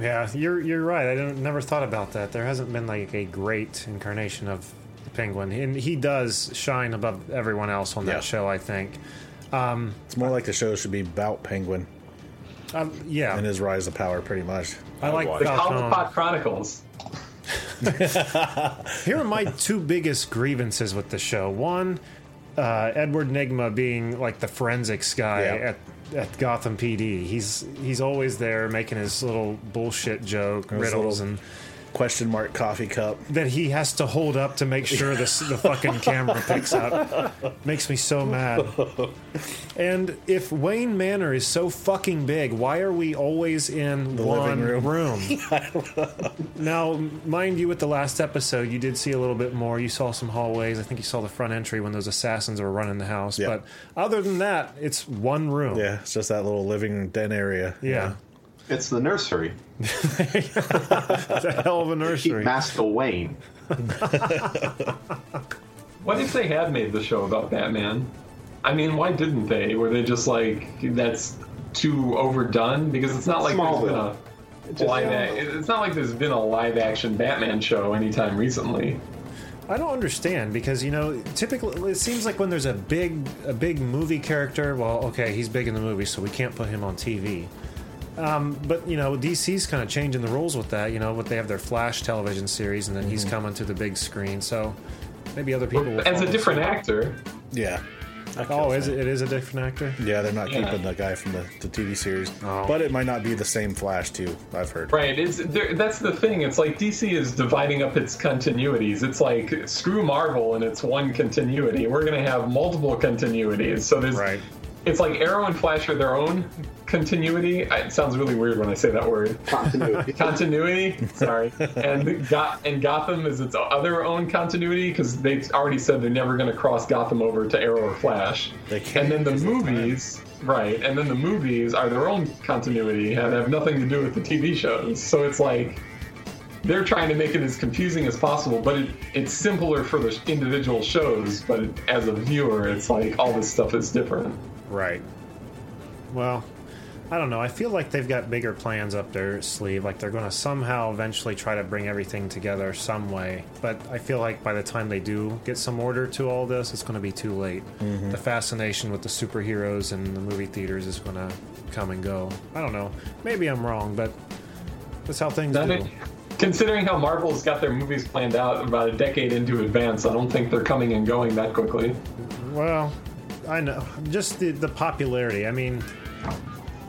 Speaker 4: yeah. You're you're right. I didn't, never thought about that. There hasn't been like a great incarnation of the Penguin, and he does shine above everyone else on that
Speaker 6: Yeah.
Speaker 4: show. I think.
Speaker 6: It's more like the show should be about Penguin
Speaker 4: Um, yeah.
Speaker 6: and his rise to power, pretty much.
Speaker 4: I like
Speaker 8: watch.
Speaker 7: The
Speaker 4: Falcone.
Speaker 7: Cobblepot Chronicles.
Speaker 4: Here are my two biggest grievances with the show. One, uh, Edward Nigma being like the forensics guy
Speaker 6: Yeah.
Speaker 4: at, at Gotham PD. He's he's always there making his little bullshit joke riddles
Speaker 6: little-
Speaker 4: and
Speaker 6: Question mark coffee cup.
Speaker 4: that he has to hold up to make sure this the fucking camera picks up makes me so mad. And if Wayne Manor is so fucking big, why are we always in the one
Speaker 6: living
Speaker 4: room?
Speaker 6: room.
Speaker 4: now, mind you, with the last episode, you did see a little bit more. You saw some hallways. I think you saw the front entry when those assassins were running the house.
Speaker 6: Yeah.
Speaker 4: But other than that, it's one room.
Speaker 6: Yeah, it's just that little living den area.
Speaker 4: Yeah.
Speaker 5: It's the nursery.
Speaker 4: It's a hell of a
Speaker 5: Keep
Speaker 4: nursery.
Speaker 5: Master Wayne.
Speaker 7: What if they had made the show about Batman? I mean, why didn't they? Were they just like that's too overdone? Because it's not like there's been
Speaker 5: Smallville.
Speaker 7: a live. A- it's not like there's been a live action Batman show anytime recently.
Speaker 4: I don't understand because you know, typically it seems like when there's a big a big movie character, well, okay, he's big in the movie, so we can't put him on TV. Um, but you know, DC's kind of changing the rules with that. You know, what they have their Flash television series, and then he's coming to the big screen. So maybe other people will
Speaker 7: Mm-hmm. As a
Speaker 4: follow
Speaker 7: different
Speaker 4: suit.
Speaker 7: actor,
Speaker 6: Yeah.
Speaker 4: Oh, is it, it is a different actor?
Speaker 6: Yeah, they're not
Speaker 7: Yeah.
Speaker 6: keeping the guy from the, the TV series.
Speaker 4: Oh.
Speaker 6: But it might not be the same Flash, too, I've heard.
Speaker 7: right? It's there, that's the thing. It's like DC is dividing up its continuities. It's like screw Marvel and it's one continuity. We're gonna have multiple continuities. So there's
Speaker 4: Right.
Speaker 7: it's like Arrow and Flash are their own continuity. I, it sounds really weird when I say that word.
Speaker 5: Continuity.
Speaker 7: Continuity. Sorry. And got and Gotham is its other own continuity because they already said they're never going to cross Gotham over to Arrow or Flash.
Speaker 6: They can't
Speaker 7: And then the
Speaker 6: because of time.
Speaker 7: movies. Right, and then the movies are their own continuity and have nothing to do with the TV shows. So it's like they're trying to make it as confusing as possible, but it, it's simpler for the individual shows. But as a viewer, it's like all this stuff is different.
Speaker 4: Right. Well, I don't know. I feel like they've got bigger plans up their sleeve. Like they're going to somehow eventually try to bring everything together some way. But I feel like by the time they do get some order to all this, it's going to be too late.
Speaker 6: Mm-hmm.
Speaker 4: The fascination with the superheroes and the movie theaters is going to come and go. I don't know. Maybe I'm wrong, but that's how things
Speaker 7: That
Speaker 4: do.
Speaker 7: it- considering how Marvel's got their movies planned out about a decade into advance, I don't think they're coming and going that quickly.
Speaker 4: Well, I know. Just the, the popularity. I mean,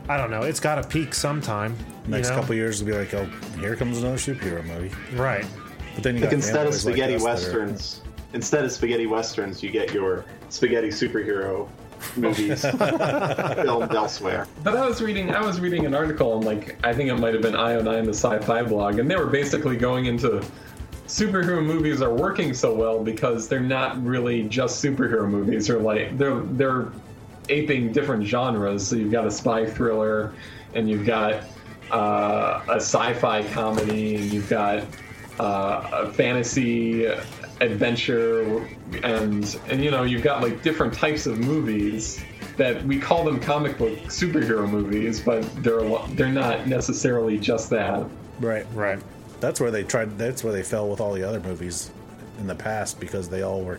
Speaker 4: I don't know. It's got to peak sometime. you
Speaker 6: Next
Speaker 4: know?
Speaker 6: couple years will be like, oh, here comes another superhero movie.
Speaker 4: Right.
Speaker 6: But then you
Speaker 5: Like
Speaker 6: got
Speaker 5: instead of
Speaker 6: fanboys like
Speaker 5: spaghetti
Speaker 6: us that are-
Speaker 5: westerns, instead of spaghetti westerns, you get your spaghetti superhero movies filmed elsewhere.
Speaker 7: But I was reading, I was reading an article on like I think it might have been IO9, the sci-fi blog, and they were basically going into superhero movies are working so well because they're not really just superhero movies. They're like they're they're aping different genres. So you've got a spy thriller, and you've got uh, a sci-fi comedy, and you've got uh, a fantasy adventure, and and you know you've got like different types of movies that we call them comic book superhero movies, but they're a lo- they're not necessarily just that.
Speaker 6: Right.
Speaker 4: Right.
Speaker 6: That's where they tried. That's where they fell with all the other movies in the past because they all were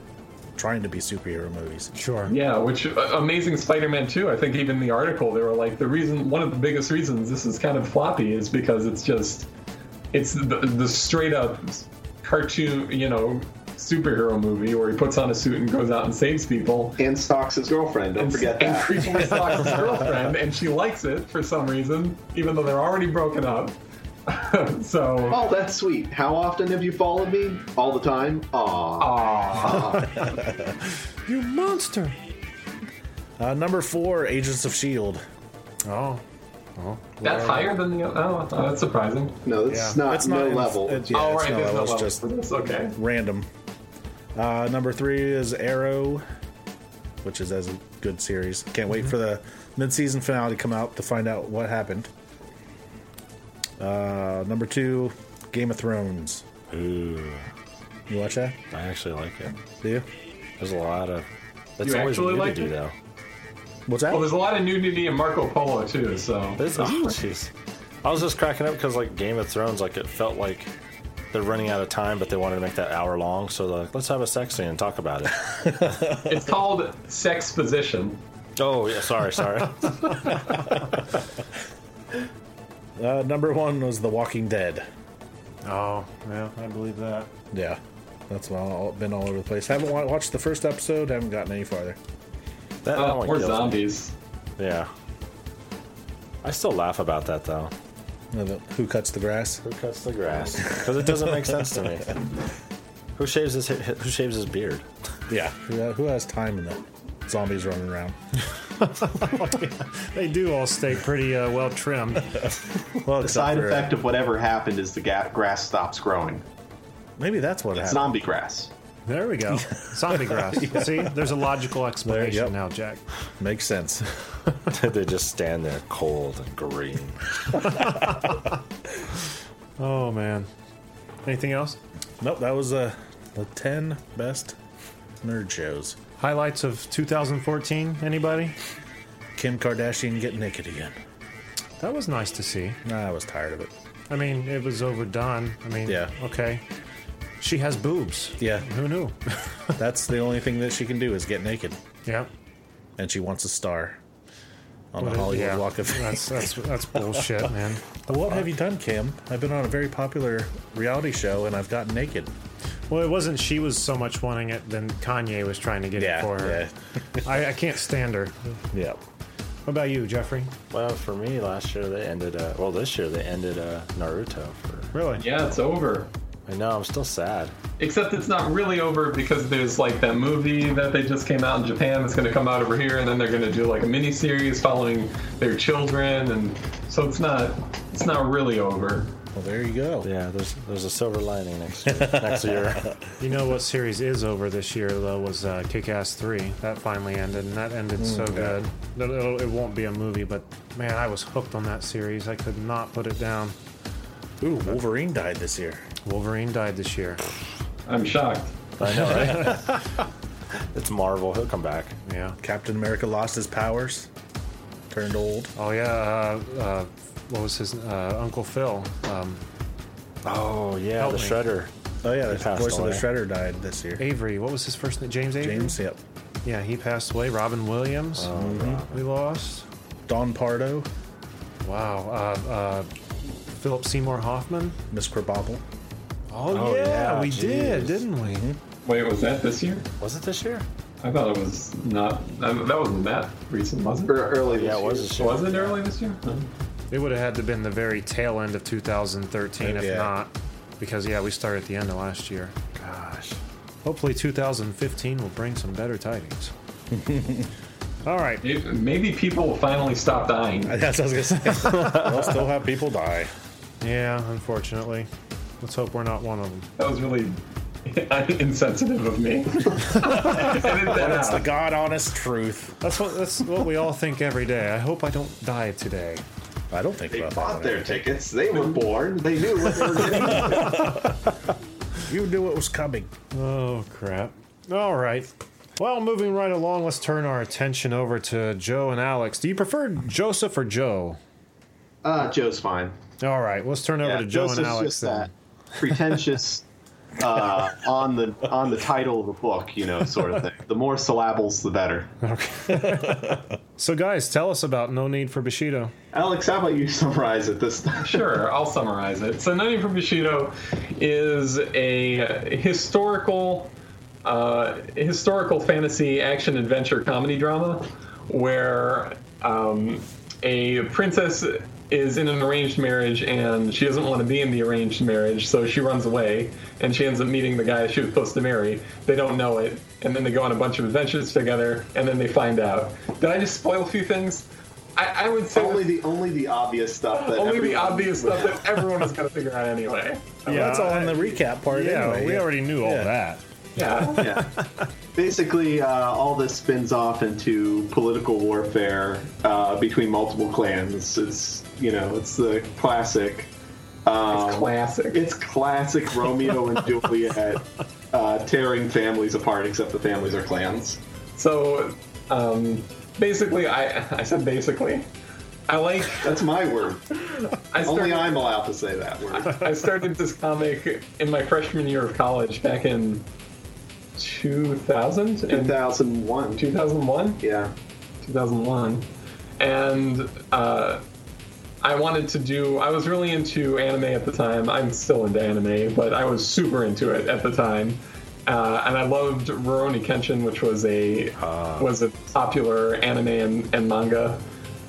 Speaker 6: trying to be superhero movies.
Speaker 4: Sure.
Speaker 7: Yeah, which uh, Amazing Spider-Man 2, I think even the article they were like the reason one of the biggest reasons this is kind of floppy is because it's just it's the, the straight up cartoon, you know, superhero movie where he puts on a suit and goes out and saves people.
Speaker 5: And stalks his girlfriend. Don't
Speaker 7: And,
Speaker 5: forget
Speaker 7: and
Speaker 5: that.
Speaker 7: creepily stalks his girlfriend, and she likes it for some reason, even though they're already broken up. so,
Speaker 5: Oh, that's sweet. How often have you followed me? All the time. Aw.
Speaker 7: aw.
Speaker 4: You monster.
Speaker 6: Uh, number four, Agents of Shield.
Speaker 4: Oh.
Speaker 7: that's higher than the. Oh, that's surprising.
Speaker 5: No, that's
Speaker 4: Yeah.
Speaker 5: not
Speaker 6: That's
Speaker 5: no
Speaker 6: not in-
Speaker 5: level.
Speaker 6: it- yeah.
Speaker 7: All
Speaker 6: it's
Speaker 7: right,
Speaker 6: not
Speaker 7: there's
Speaker 6: level,
Speaker 7: no
Speaker 6: it's
Speaker 7: level
Speaker 6: just-
Speaker 7: for this. Okay.
Speaker 6: Random. Uh, number three is Arrow, which is as a good series. Can't
Speaker 4: Mm-hmm.
Speaker 6: wait for the mid-season finale to come out to find out what happened. Uh, number two, Game of Thrones.
Speaker 8: Ooh,
Speaker 6: You watch that?
Speaker 8: I actually like it.
Speaker 6: Do you?
Speaker 8: There's a lot of. That's
Speaker 7: You
Speaker 8: always
Speaker 7: actually
Speaker 8: new
Speaker 7: like
Speaker 8: to do,
Speaker 7: it?
Speaker 8: though.
Speaker 6: What's that?
Speaker 7: Well, there's a lot of nudity in Marco Polo too, so
Speaker 8: This, oh, jeez. I was just cracking up because, like, Game of Thrones, like, it felt like they're running out of time, but they wanted to make that hour long. So, like, let's have a sex scene and talk about it.
Speaker 7: it's called sex position.
Speaker 8: oh, yeah. Sorry, sorry.
Speaker 6: Uh, number one was The Walking Dead.
Speaker 4: Oh, yeah, I believe that.
Speaker 6: Yeah, that's been all, been all over the place. Haven't wa- watched the first episode. Haven't gotten any farther.
Speaker 8: That, that
Speaker 7: Uh,
Speaker 8: one
Speaker 7: or
Speaker 8: kills me.
Speaker 7: zombies.
Speaker 8: Yeah. I still laugh about that, though.
Speaker 6: No, the- Who cuts the grass?
Speaker 8: Who cuts the grass? Because it doesn't make sense to me. Who shaves his Who shaves his beard?
Speaker 6: Yeah. Who, who has time in that? Zombies running around.
Speaker 4: They do all stay pretty uh, well trimmed.
Speaker 6: Well, uh,
Speaker 5: The side effect of whatever happened is the ga- grass stops growing.
Speaker 6: Maybe that's what
Speaker 5: It's
Speaker 6: happened.
Speaker 5: zombie grass.
Speaker 4: There we go. Zombie grass. See, there's a logical explanation
Speaker 6: yep.
Speaker 4: now, Jack.
Speaker 6: Makes sense.
Speaker 8: they just stand there, cold and green.
Speaker 4: Oh man. Anything else?
Speaker 6: nope, that was uh, the ten best nerd shows.
Speaker 4: Highlights of 2014? Anybody?
Speaker 6: Kim Kardashian get naked again.
Speaker 4: That was nice to see.
Speaker 6: Nah, I was tired of it.
Speaker 4: I mean, it was overdone. I mean,
Speaker 6: Yeah.
Speaker 4: Okay. She has boobs.
Speaker 6: Yeah,
Speaker 4: Who knew?
Speaker 6: that's the only thing that she can do is get naked,
Speaker 4: yeah.
Speaker 6: and she wants a star on the
Speaker 4: But it-
Speaker 6: Hollywood
Speaker 4: yeah.
Speaker 6: Walk of Fame.
Speaker 4: That's that's that's bullshit, man.
Speaker 6: What have you done, Kim? I've been on a very popular reality show and I've gotten naked.
Speaker 4: Well, it wasn't she was so much wanting it than Kanye was trying to get it for her. I, I can't stand her.
Speaker 6: yeah.
Speaker 4: What about you, Jeffrey?
Speaker 8: Well, for me, last year they ended. Uh, well, this year they ended uh, Naruto for
Speaker 4: Really?
Speaker 7: Yeah, it's over.
Speaker 8: I know. I'm still sad.
Speaker 7: Except it's not really over because there's like that movie that they just came out in Japan that's going to come out over here, and then they're going to do like a mini series following their children, and so it's not it's not really over.
Speaker 6: Well, there you go.
Speaker 10: Oh.
Speaker 8: Yeah, there's there's a silver lining next year. next year.
Speaker 4: You know what series is over this year though was uh, Kick Ass Three. That finally ended, and that ended so
Speaker 8: Mm.
Speaker 4: good. No, no, It won't be a movie, but man, I was hooked on that series. I could not put it down.
Speaker 6: Ooh, Wolverine died this year.
Speaker 4: Wolverine died this year.
Speaker 7: I'm shocked.
Speaker 8: I know, right? it's Marvel. He'll come back.
Speaker 4: Yeah.
Speaker 6: Captain America lost his powers, turned old.
Speaker 4: Oh yeah. Uh, uh, what was his uh, Uncle Phil? Um,
Speaker 8: Oh yeah,
Speaker 4: Help
Speaker 8: the
Speaker 4: me.
Speaker 8: Shredder.
Speaker 6: Oh yeah, the
Speaker 8: passed
Speaker 6: voice of the
Speaker 8: away.
Speaker 6: Shredder died this year.
Speaker 4: Avery. What was his first name? James Avery.
Speaker 6: James, yep.
Speaker 4: Yeah, he passed away. Robin Williams.
Speaker 8: Oh,
Speaker 4: Mm-hmm. We lost.
Speaker 6: Don Pardo,
Speaker 4: Wow. Uh, uh, Philip Seymour Hoffman.
Speaker 6: Miss Krabappel.
Speaker 4: Oh,
Speaker 8: Oh, yeah,
Speaker 4: we
Speaker 8: jeez.
Speaker 4: did, didn't we?
Speaker 7: Wait, was that this year?
Speaker 8: Was it this year?
Speaker 7: I thought it was not. I, that wasn't that recent, was it?
Speaker 5: Or Er, early this
Speaker 8: Yeah, it was
Speaker 5: year.
Speaker 8: this year.
Speaker 7: Was it early this year? No.
Speaker 4: It would have had to been the very tail end of 2013, if
Speaker 6: Yeah.
Speaker 4: not, because yeah, we started at the end of last year.
Speaker 8: Gosh.
Speaker 4: Hopefully, 2015 will bring some better tidings. All right,
Speaker 7: It- Maybe people will finally stop dying.
Speaker 6: That's what I was gonna say. we'll still have people die.
Speaker 4: yeah, unfortunately, let's hope we're not one of them.
Speaker 7: That was really insensitive of me. Edit that
Speaker 6: That's the
Speaker 7: out.
Speaker 6: god honest truth.
Speaker 4: That's what that's what we all think every day. I hope I don't die today.
Speaker 6: I don't think
Speaker 5: They
Speaker 6: about that.
Speaker 5: bought their tickets. They were born. They knew what they were getting.
Speaker 6: You knew it was coming.
Speaker 4: Oh crap! All right. Well, moving right along, let's turn our attention over to Joe and Alex. Do you prefer Joseph or Joe?
Speaker 5: Uh, Joe's fine.
Speaker 4: All right, let's turn over
Speaker 5: Yeah,
Speaker 4: to Joe
Speaker 5: Joseph's
Speaker 4: and Alex.
Speaker 5: just
Speaker 4: then.
Speaker 5: that pretentious uh, on the on the title of the book, you know, sort of thing. The more syllables, the better.
Speaker 4: So, guys, tell us about No Need for Bushido.
Speaker 5: Alex, how about you summarize it this time?
Speaker 7: Sure, I'll summarize it. So, Nani from Bushido is a historical, uh, historical fantasy action adventure comedy drama where um, a princess is in an arranged marriage and she doesn't want to be in the arranged marriage, so she runs away and she ends up meeting the guy she was supposed to marry. They don't know it, and then they go on a bunch of adventures together, and then they find out. Did I just spoil a few things? I, I would say
Speaker 5: Only the only the obvious stuff that
Speaker 7: only the
Speaker 5: everyone-
Speaker 7: obvious stuff that everyone is going to figure out anyway.
Speaker 4: Yeah,
Speaker 6: That's all in the recap part.
Speaker 4: Yeah,
Speaker 6: anyway.
Speaker 4: we already knew all
Speaker 6: Yeah.
Speaker 4: that.
Speaker 5: Um,
Speaker 7: Yeah.
Speaker 5: yeah. Basically, uh, all this spins off into political warfare uh, between multiple clans. It's you know, it's the classic. Um,
Speaker 7: Classic.
Speaker 5: It's classic Romeo and Juliet uh, tearing families apart, except the families are clans.
Speaker 7: So, um, basically, I I said basically, I like
Speaker 5: That's my word.
Speaker 7: I started,
Speaker 5: Only I'm allowed to say that word.
Speaker 7: I started this comic in my freshman year of college back in 2000 and
Speaker 5: 2001.
Speaker 7: 2001.
Speaker 5: Yeah.
Speaker 7: 2001 and uh, i wanted to do i was really into anime at the time i'm still into anime but i was super into it at the time uh, and i loved Rurouni kenshin which was a was a popular anime and, and manga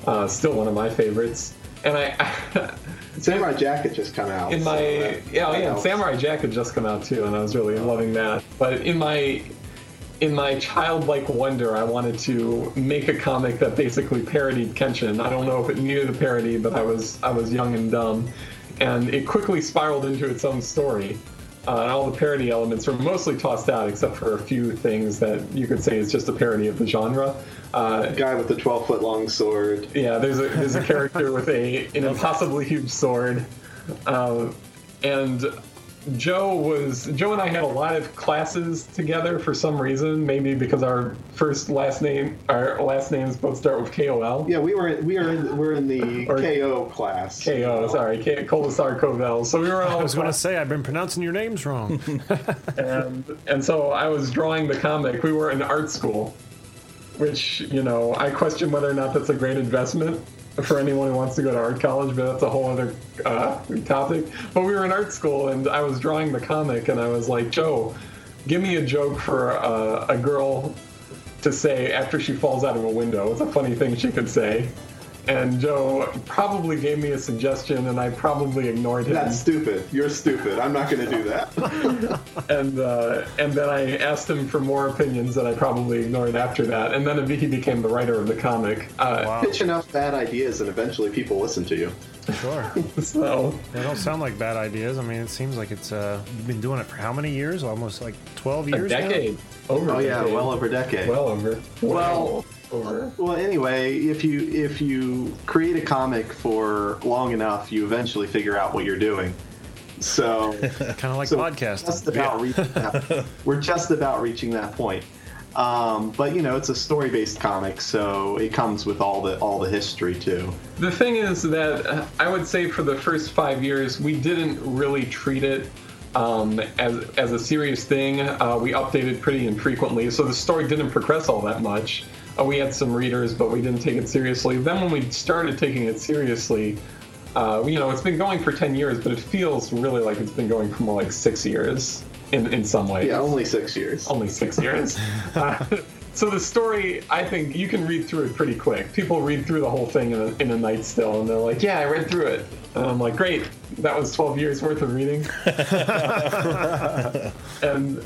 Speaker 7: uh, still one of my favorites and i
Speaker 5: Samurai Jacket just come out.
Speaker 7: in
Speaker 5: so
Speaker 7: my
Speaker 5: that-
Speaker 7: yeah,
Speaker 5: that
Speaker 7: yeah,
Speaker 5: helps.
Speaker 7: Samurai Jack had just come out too, and I was really loving that. But in my in my childlike wonder, I wanted to make a comic that basically parodied Kenshin. I don't know if it knew the parody, but I was I was young and dumb, and it quickly spiraled into its own story. Uh, and all the parody elements were mostly tossed out, except for a few things that you could say is just a parody of the genre. Uh,
Speaker 5: guy with the 12 foot long sword.
Speaker 7: yeah, there's a there's a character with a an impossibly huge sword, um, and Joe was Joe and I had a lot of classes together for some reason. Maybe because our first last name our last names both start with K O L.
Speaker 5: Yeah, we were we are in, we're in the
Speaker 7: Or-
Speaker 5: KO class.
Speaker 7: K O. Sorry, K- Colasar Covell. So we were all
Speaker 4: I was going to say I've been pronouncing your names wrong.
Speaker 7: and, and so I was drawing the comic. We were in art school, which you know I question whether or not that's a great investment for anyone who wants to go to art college, but that's a whole other uh, topic. But we were in art school, and I was drawing the comic, and I was like, Joe, give me a joke for a, a girl to say after she falls out of a window. It's a funny thing she could say. and Joe probably gave me a suggestion, and I probably ignored him.
Speaker 5: That's stupid. You're stupid. I'm not going to do that.
Speaker 7: and uh, and then I asked him for more opinions that I probably ignored after that. And then he became the writer of the comic. Uh,
Speaker 5: Pitch enough bad ideas, and eventually people listen to you.
Speaker 4: Sure.
Speaker 7: So
Speaker 4: They don't sound like bad ideas. I mean, it seems like it's uh, you've been doing it for how many years? Almost like 12
Speaker 7: a
Speaker 4: years now?
Speaker 7: decade over.
Speaker 5: Oh
Speaker 7: a
Speaker 5: yeah,
Speaker 7: decade.
Speaker 5: well over a decade.
Speaker 7: well over.
Speaker 5: Well-
Speaker 7: over.
Speaker 5: Well, anyway, if you if you create a comic for long enough, you eventually figure out what you're doing. So,
Speaker 4: Kind of like
Speaker 5: so just
Speaker 4: podcasting.
Speaker 5: about reaching that, we're just about reaching that point. Um, but you know, it's a story-based comic, so it comes with all the all the history too.
Speaker 7: The thing is that uh, I would say for the first five years, we didn't really treat it um, as, as a serious thing. Uh, we updated pretty infrequently, so the story didn't progress all that much. Uh, we had some readers, but we didn't take it seriously. Then when we started taking it seriously, uh, you know, it's been going for 10 years, but it feels really like it's been going for more like six years in, in some ways
Speaker 5: Yeah, only six years.
Speaker 7: only six years. Uh, so the story, I think you can read through it pretty quick. People read through the whole thing in a, in a night still, and they're like, "Yeah, I read through it." And I'm like, "Great, that was 12 years worth of reading." and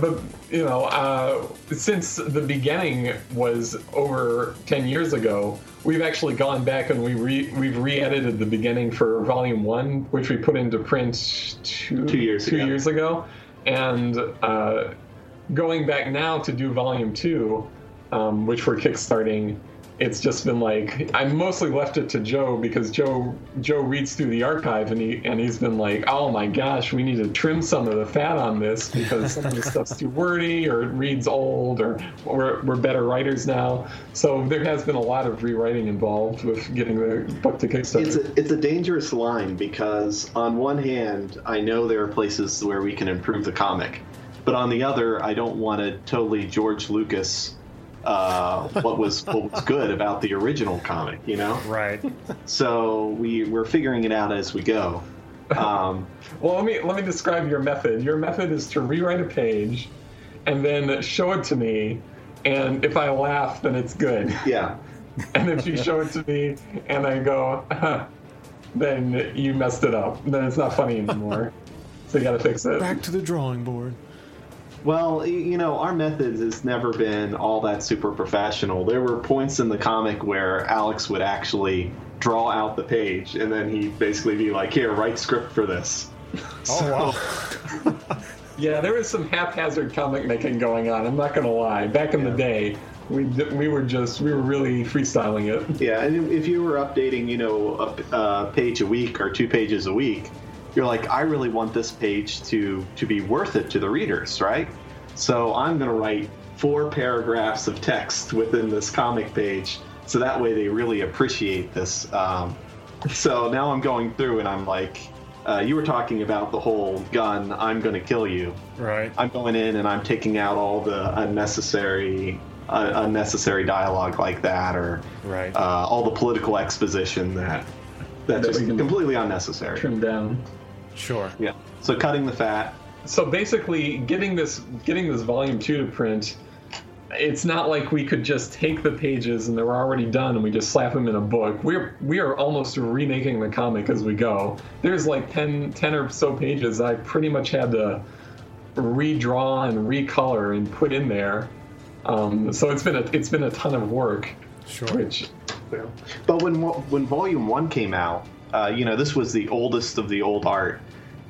Speaker 7: but you know, uh, since the beginning was over 10 years ago, we've actually gone back and we re- we've re-edited the beginning for Volume One, which we put into print two
Speaker 5: Two years
Speaker 7: two
Speaker 5: ago.
Speaker 7: years ago, and. Uh, going back now to do volume two, um, which we're kickstarting, it's just been like I mostly left it to Joe because Joe Joe reads through the archive and he and he's been like, oh my gosh, we need to trim some of the fat on this because some of the stuff's too wordy or it reads old or we're we're better writers now. So there has been a lot of rewriting involved with getting the book to Kickstarter.
Speaker 5: It's a, it's a dangerous line because on one hand, I know there are places where we can improve the comic, but on the other, I don't want to totally George Lucas uh, what was what was good about the original comic, you know.
Speaker 4: Right.
Speaker 5: So we we're figuring it out as we go. Um,
Speaker 7: Well, let me let me describe your method. Your method is to rewrite a page, and then show it to me. And if I laugh, then it's good.
Speaker 5: yeah,
Speaker 7: And if you show it to me, and I go, huh, then you messed it up. Then it's not funny anymore. So you got to fix it.
Speaker 4: Back to the drawing board.
Speaker 5: Well, y- you know, our method has never been all that super professional. There were points in the comic where Alex would actually draw out the page and then he'd basically be like, here, write script for this.
Speaker 4: Oh, wow.
Speaker 7: Yeah, there was some haphazard comic making going on. I'm not gonna lie. Back in the day, we d- we were just we were really freestyling it.
Speaker 5: Yeah, and if you were updating, you know, a p- a page a week or two pages a week, you're like, I really want this page to to be worth it to the readers, right? So I'm going to write four paragraphs of text within this comic page, so that way they really appreciate this. Um, so now I'm going through and I'm like, uh, you were talking about the whole gun. I'm going to kill you.
Speaker 4: Right.
Speaker 5: I'm going in and I'm taking out all the unnecessary uh, unnecessary dialogue like that, or
Speaker 4: Right.
Speaker 5: uh, all the political exposition that that's
Speaker 7: That we
Speaker 5: just
Speaker 7: can-
Speaker 5: completely unnecessary.
Speaker 7: Trimmed down.
Speaker 4: Sure.
Speaker 5: Yeah. So cutting the fat.
Speaker 7: so basically getting this getting this volume 2 to print it's not like we could just take the pages and they're already done and we just slap them in a book we're we are almost remaking the comic as we go there's like 10, 10 or so pages i pretty much had to redraw and recolor and put in there um, so it's been a it's been a ton of work
Speaker 4: Sure.
Speaker 7: which
Speaker 5: But when wo- when Volume One came out, uh, you know this was the oldest of the old art,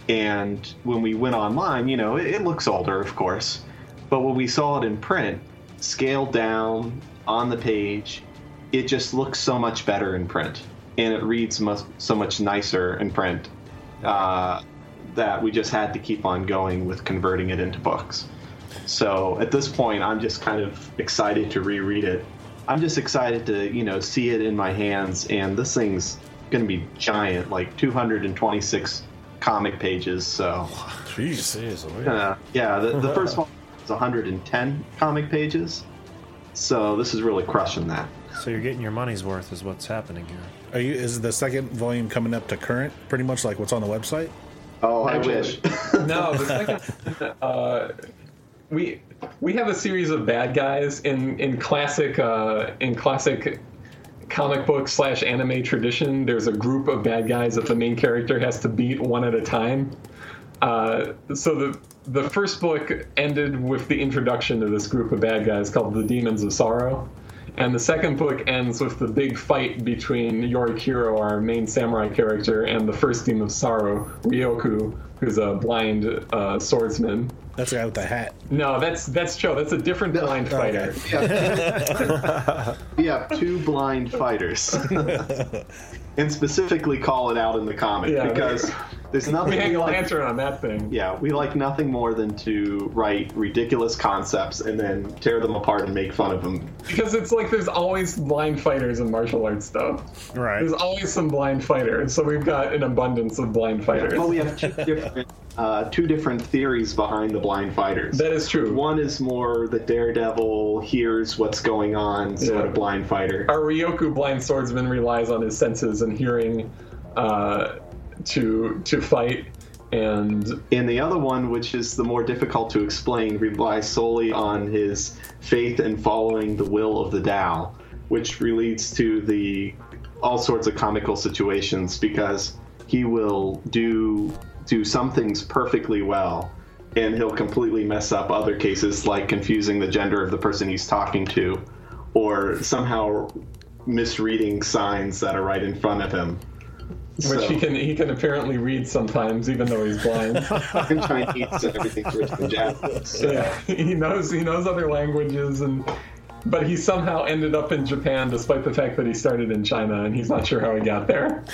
Speaker 5: and when we went online, you know it, it looks older, of course, but when we saw it in print, scaled down on the page, it just looks so much better in print, and it reads mu- so much nicer in print. Uh, that we just had to keep on going with converting it into books. So at this point, I'm just kind of excited to reread it. I'm just excited to, you know, see it in my hands. And this thing's going to be giant, like 226 comic pages. So,
Speaker 8: Jeez, Louise.
Speaker 5: uh, yeah, the, the first one is 110 comic pages. So this is really crushing that.
Speaker 4: So you're getting your money's worth, is what's happening here.
Speaker 6: Are you? Is the second volume coming up to current? Pretty much like what's on the website.
Speaker 5: Oh, I wish.
Speaker 7: No, the second uh, we we have a series of bad guys in in classic uh, in classic comic book slash anime tradition, there's a group of bad guys that the main character has to beat one at a time. Uh, so the the first book ended with the introduction to this group of bad guys called the Demons of Sorrow, and the second book ends with the big fight between Yorikiro, our main samurai character, and the first Demon of Sorrow, Ryoku, who's a blind uh, swordsman.
Speaker 6: That's the guy with the hat.
Speaker 7: No, that's that's Cho. That's a different blind fighter.
Speaker 5: We have two blind fighters, and specifically call it out in the comic
Speaker 7: Yeah,
Speaker 5: because there's nothing.
Speaker 7: We hang a
Speaker 5: like-
Speaker 7: lantern on that thing.
Speaker 5: yeah, we like nothing more than to write ridiculous concepts and then tear them apart and make fun of them.
Speaker 7: Because it's like there's always blind fighters in martial arts stuff.
Speaker 6: Right.
Speaker 7: There's always some blind fighter, so we've got an abundance of blind fighters.
Speaker 5: Well, we have two different, uh, two different theories behind the blind fighters.
Speaker 7: that is true.
Speaker 5: One is more the daredevil hears what's going on sort
Speaker 7: Yeah.
Speaker 5: of blind fighter.
Speaker 7: Our Ryoku blind swordsman relies on his senses and hearing uh, to to fight, and
Speaker 5: And the other one, which is the more difficult to explain, relies solely on his faith and following the will of the Tao, which relates to the all sorts of comical situations because he will do do some things perfectly well and he'll completely mess up other cases like confusing the gender of the person he's talking to or somehow misreading signs that are right in front of him.
Speaker 7: which
Speaker 5: So-
Speaker 7: he can he can apparently read sometimes, even though he's blind.
Speaker 5: and Chinese and everything's written in Japanese. So-
Speaker 7: yeah, he knows he knows other languages, and but he somehow ended up in Japan despite the fact that he started in China, and he's not sure how he got there.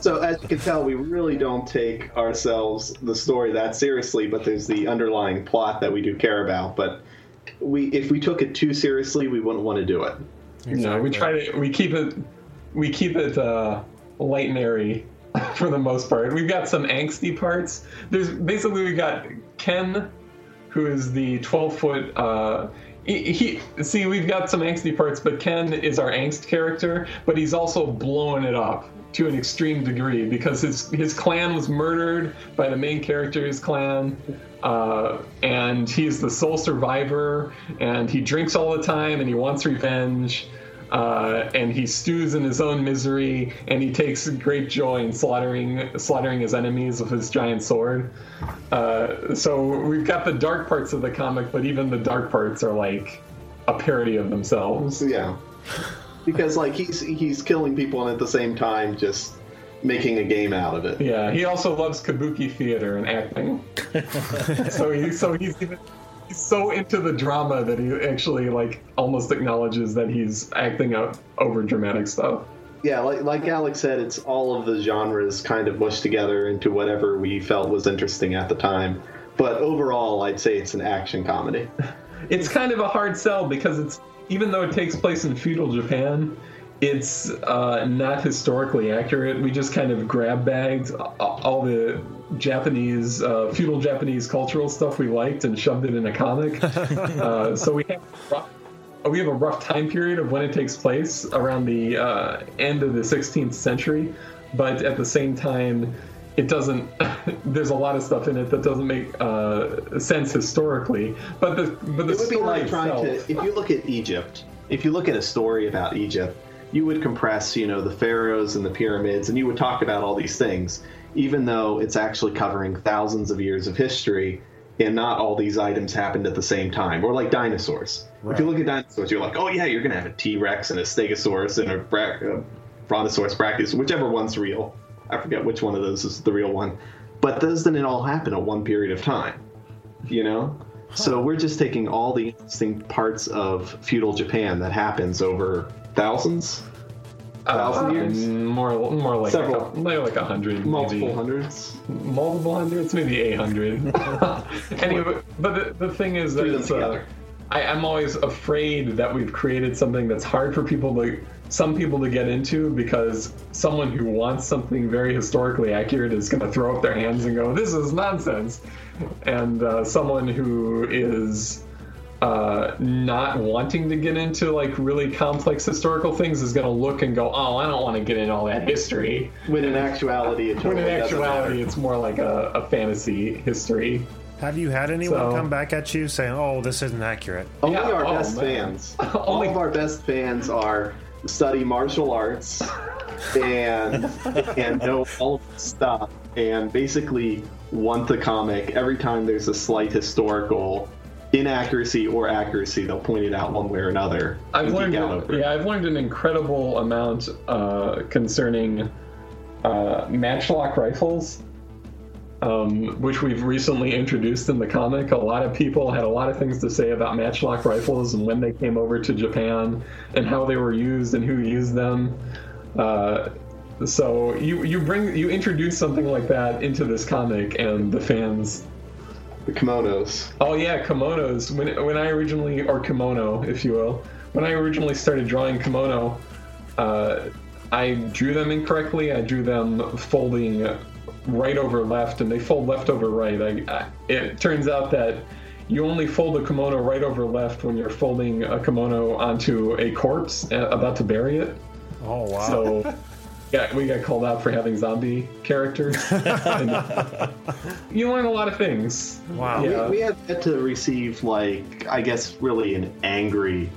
Speaker 5: So as you can tell, we really don't take ourselves the story that seriously, but there's the underlying plot that we do care about. But we, if we took it too seriously, we wouldn't want to do it.
Speaker 7: No, we try to we keep it we keep it uh, light and airy for the most part. We've got some angsty parts. There's basically we got Ken, who is the 12 foot. Uh, he, he see we've got some angsty parts, but Ken is our angst character, but he's also blowing it up to an extreme degree because his his clan was murdered by the main character's clan, uh, and he's the sole survivor, and he drinks all the time, and he wants revenge. Uh, and he stews in his own misery, and he takes great joy in slaughtering slaughtering his enemies with his giant sword. Uh, so we've got the dark parts of the comic, but even the dark parts are like a parody of themselves.
Speaker 5: So, yeah, because like he's he's killing people and at the same time just making a game out of it.
Speaker 7: Yeah, he also loves kabuki theater and acting. so he, so he's even he's so into the drama that he actually like almost acknowledges that he's acting out over dramatic stuff.
Speaker 5: Yeah, like like Alex said, it's all of the genres kind of mushed together into whatever we felt was interesting at the time. But overall, I'd say it's an action comedy.
Speaker 7: it's kind of a hard sell because it's even though it takes place in feudal Japan, it's uh, not historically accurate. We just kind of grab bagged a- all the Japanese uh, feudal Japanese cultural stuff we liked and shoved it in a comic. uh, so we have a rough, we have a rough time period of when it takes place around the uh, end of the 16th century, but at the same time. It doesn't. There's a lot of stuff in it that doesn't make uh, sense historically, but the but the
Speaker 5: It would be
Speaker 7: story
Speaker 5: like trying to.
Speaker 7: itself-
Speaker 5: If you look at Egypt, if you look at a story about Egypt, you would compress, you know, the pharaohs and the pyramids, and you would talk about all these things, even though it's actually covering thousands of years of history, and not all these items happened at the same time. Or like dinosaurs. If you look at dinosaurs, you're like, oh yeah, you're gonna have a T Rex and a Stegosaurus and a, bra- a Brontosaurus brachus, whichever one's real. I forget which one of those is the real one. But those didn't all happen at one period of time you know so we're just taking all the interesting parts of feudal japan that happens over thousands
Speaker 7: Uh,
Speaker 5: thousand years?
Speaker 7: More, more like
Speaker 5: Several.
Speaker 7: a, couple- maybe like a hundred,
Speaker 5: multiple
Speaker 7: maybe.
Speaker 5: hundreds
Speaker 7: multiple hundreds, maybe eight hundred. anyway, but the, the thing is that
Speaker 5: Threw them
Speaker 7: it's, uh,
Speaker 5: together.
Speaker 7: I, I'm always afraid that we've created something that's hard for people to some people to get into because someone who wants something very historically accurate is going to throw up their hands and go, "This is nonsense," and uh, someone who is uh, not wanting to get into like really complex historical things is going to look and go, "Oh, I don't want to get into all that history."
Speaker 5: when in actuality it
Speaker 7: When
Speaker 5: totally
Speaker 7: in
Speaker 5: doesn't matter.
Speaker 7: actuality, it's more like a, a fantasy history.
Speaker 4: Have you had anyone
Speaker 5: So-
Speaker 4: come back at you saying, "Oh, this isn't accurate"?
Speaker 5: Only
Speaker 7: Yeah,
Speaker 5: our
Speaker 7: oh,
Speaker 5: best
Speaker 7: man.
Speaker 5: fans. All of our best fans are study martial arts and and know all of the stuff and basically want the comic every time there's a slight historical inaccuracy or accuracy they'll point it out one way or another
Speaker 7: I've
Speaker 5: and geek
Speaker 7: learned,
Speaker 5: out over it.
Speaker 7: yeah, I've learned an incredible amount uh, concerning uh, matchlock rifles, um, which we've recently introduced in the comic. A lot of people had a lot of things to say about matchlock rifles and when they came over to Japan and how they were used and who used them. Uh, so you you bring you introduce something like that into this comic, and the fans
Speaker 5: the kimonos
Speaker 7: Oh yeah, kimonos. When when I originally or kimono, if you will, when I originally started drawing kimono, uh, I drew them incorrectly. I drew them folding right over left, and they fold left over right. I, I, it turns out that you only fold a kimono right over left when you're folding a kimono onto a corpse uh, about to bury it.
Speaker 4: Oh wow!
Speaker 7: So, yeah, we got called out for having zombie characters. And uh, you learn a lot of things.
Speaker 4: Wow.
Speaker 7: Yeah.
Speaker 5: we, we have yet to receive like i guess really an angry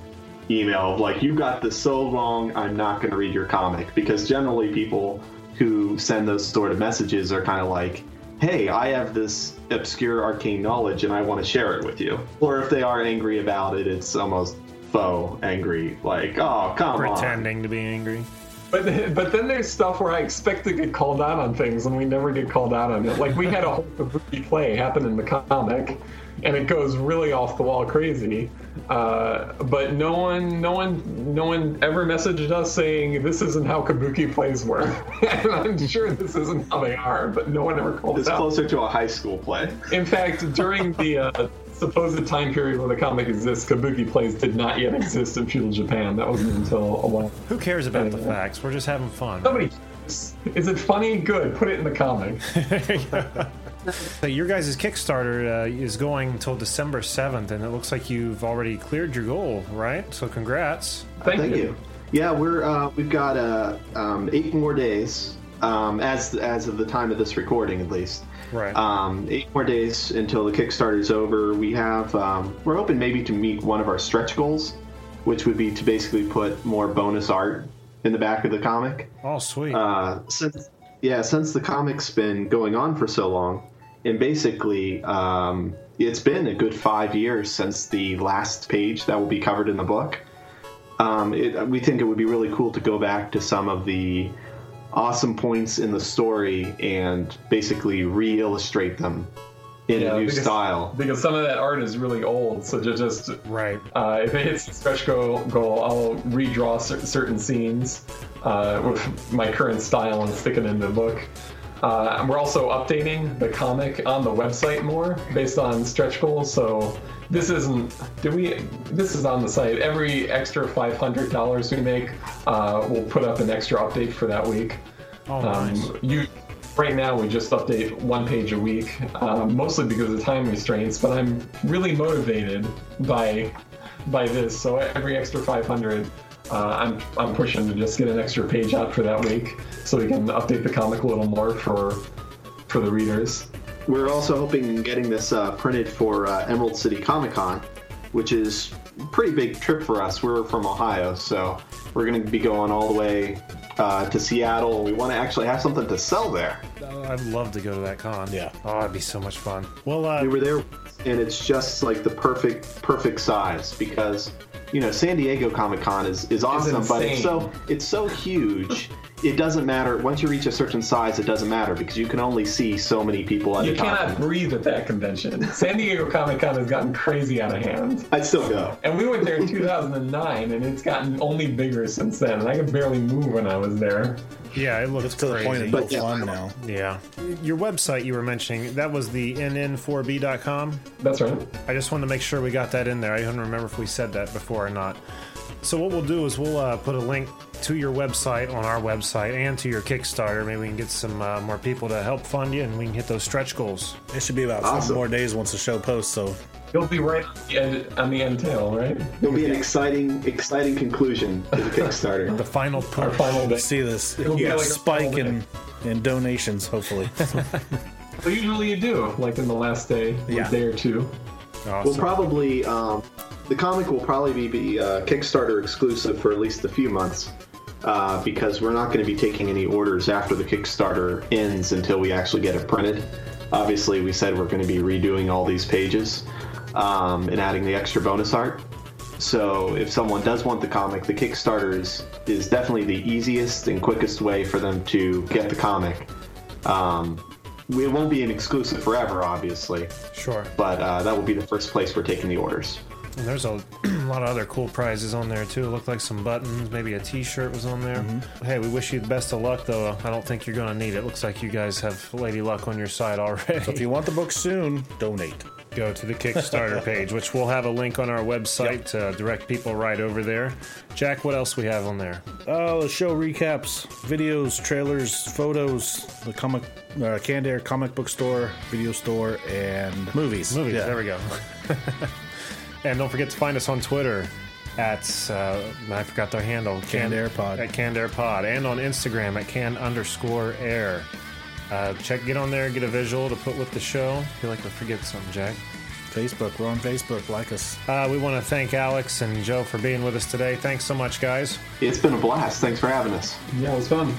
Speaker 5: email of like you got this so wrong i'm not going to read your comic because generally people who send those sort of messages are kind of like hey i have this obscure arcane knowledge and i want to share it with you or if they are angry about it it's almost faux angry like oh come on
Speaker 4: Pretending to be angry.
Speaker 7: But but then there's stuff where I expect to get called out on things, and we never get called out on it. Like we had a whole kabuki play happen in the comic, and it goes really off the wall crazy. Uh, but no one, no one, no one ever messaged us saying this isn't how kabuki plays were, and I'm sure this isn't how they are. But no one ever called
Speaker 5: it's
Speaker 7: us out.
Speaker 5: closer to a high school play
Speaker 7: In fact, during the uh, supposed time period when the comic exists, kabuki plays did not yet exist in feudal Japan. That wasn't until a while.
Speaker 4: Who cares about the facts? We're just having fun.
Speaker 7: Nobody. cares. Is it funny? Good. Put it in the comic.
Speaker 4: So your guys' Kickstarter uh, is going until December 7th, and it looks like you've already cleared your goal, right? So congrats.
Speaker 7: Thank,
Speaker 5: Thank you. Yeah, we're uh, we've got uh, um, eight more days um, as as of the time of this recording, at least.
Speaker 4: Right.
Speaker 5: Um, eight more days until the Kickstarter's over. We have um, we're hoping maybe to meet one of our stretch goals, which would be to basically put more bonus art in the back of the comic
Speaker 4: Oh, sweet.
Speaker 5: uh, since yeah, since the comic's been going on for so long, and basically um, it's been a good five years since the last page that will be covered in the book. Um, it, we think it would be really cool to go back to some of the awesome points in the story and basically re-illustrate them in
Speaker 7: Yeah,
Speaker 5: a new
Speaker 7: because-
Speaker 5: style.
Speaker 7: Because some of that art is really old, so to just
Speaker 4: right.
Speaker 7: uh, if it hits the stretch goal, goal I'll redraw cer- certain scenes uh, with my current style and stick it in the book. Uh, and we're also updating the comic on the website more based on stretch goals. So this isn't. Do we? This is on the site. Every extra five hundred dollars we make, uh, we'll put up an extra update for that week.
Speaker 4: Oh, nice.
Speaker 7: Um, you right now we just update one page a week, uh, mostly because of time restraints. But I'm really motivated by by this, so every extra 500, uh, I'm I'm pushing to just get an extra page out for that week, so we can update the comic a little more for for the readers.
Speaker 5: We're also hoping getting this uh, printed for uh, Emerald City Comic Con, which is a pretty big trip for us. We're from Ohio, so we're going to be going all the way uh, to Seattle. We want to actually have something to sell there.
Speaker 4: Oh, I'd love to go to that con.
Speaker 6: Yeah.
Speaker 4: Oh, it'd be so much fun. Well, uh,
Speaker 5: We were there, and it's just like the perfect perfect size because you know San Diego Comic Con is is awesome, but it's
Speaker 7: insane.
Speaker 5: so it's so huge. It doesn't matter once you reach a certain size. It doesn't matter because you can only see so many people at
Speaker 7: You
Speaker 5: a time.
Speaker 7: cannot breathe at that convention. Uh, San Diego Comic Con has gotten crazy out of hand.
Speaker 5: I'd still go.
Speaker 7: And we went there in 2009, and it's gotten only bigger since then. And I could barely move when I was there.
Speaker 4: yeah, it looks
Speaker 6: It's to the
Speaker 4: crazy.
Speaker 6: point of no
Speaker 5: But yeah.
Speaker 6: fun now.
Speaker 4: yeah. Your website you were mentioning, that was the nn4b.com.
Speaker 7: That's right.
Speaker 4: I just wanted to make sure we got that in there. I couldn't remember if we said that before or not. So what we'll do is we'll uh, put a link to your website on our website and to your Kickstarter. Maybe we can get some uh, more people to help fund you, and we can hit those stretch goals.
Speaker 6: It should be about
Speaker 5: Awesome.
Speaker 6: seven more days once the show posts. So
Speaker 7: You'll be right on the end, on the end tail, right?
Speaker 5: It'll be an exciting, exciting conclusion to the Kickstarter.
Speaker 4: The final push.
Speaker 7: Our final day.
Speaker 6: see this
Speaker 7: be
Speaker 6: yeah,
Speaker 7: like a
Speaker 6: spike
Speaker 7: holiday.
Speaker 6: in in donations. Hopefully,
Speaker 7: But usually you do, like in the last day, or
Speaker 4: Yeah.
Speaker 7: day or two.
Speaker 4: Awesome.
Speaker 5: We'll probably um, the comic will probably be, be uh, Kickstarter exclusive for at least a few months uh, because we're not going to be taking any orders after the Kickstarter ends until we actually get it printed. Obviously, we said we're going to be redoing all these pages um, and adding the extra bonus art. So if someone does want the comic, the Kickstarter is, is definitely the easiest and quickest way for them to get the comic. Um, it won't be an exclusive forever, obviously,
Speaker 4: sure.
Speaker 5: but uh, that will be the first place we're taking the orders.
Speaker 4: And there's a lot of other cool prizes on there too. It looked like some buttons, maybe a T-shirt was on there. Hey, we wish you the best of luck, though. I don't think you're gonna need it. Looks like you guys have Lady Luck on your side already.
Speaker 6: If you want the book soon, donate.
Speaker 4: go to the Kickstarter page, which we'll have a link on our website to direct people right over there. Jack, what else we have on there?
Speaker 6: Oh, the show recaps, videos, trailers, photos, the comic, uh, Canned Air comic book store, video store, and movies.
Speaker 4: Movies.
Speaker 6: Yeah.
Speaker 4: There we go. and don't forget to find us on Twitter at uh, I forgot their handle.
Speaker 6: Canned Air Pod.
Speaker 4: At Canned Air Pod, and on Instagram at Can underscore Air. Uh, check, get on there, get a visual to put with the show. I feel like we forget something, Jack.
Speaker 6: Facebook. We're on Facebook. Like us.
Speaker 4: Uh, we want to thank Alex and Joe for being with us today. Thanks so much, guys.
Speaker 5: It's been a blast. Thanks for having us.
Speaker 7: Yeah, it was fun.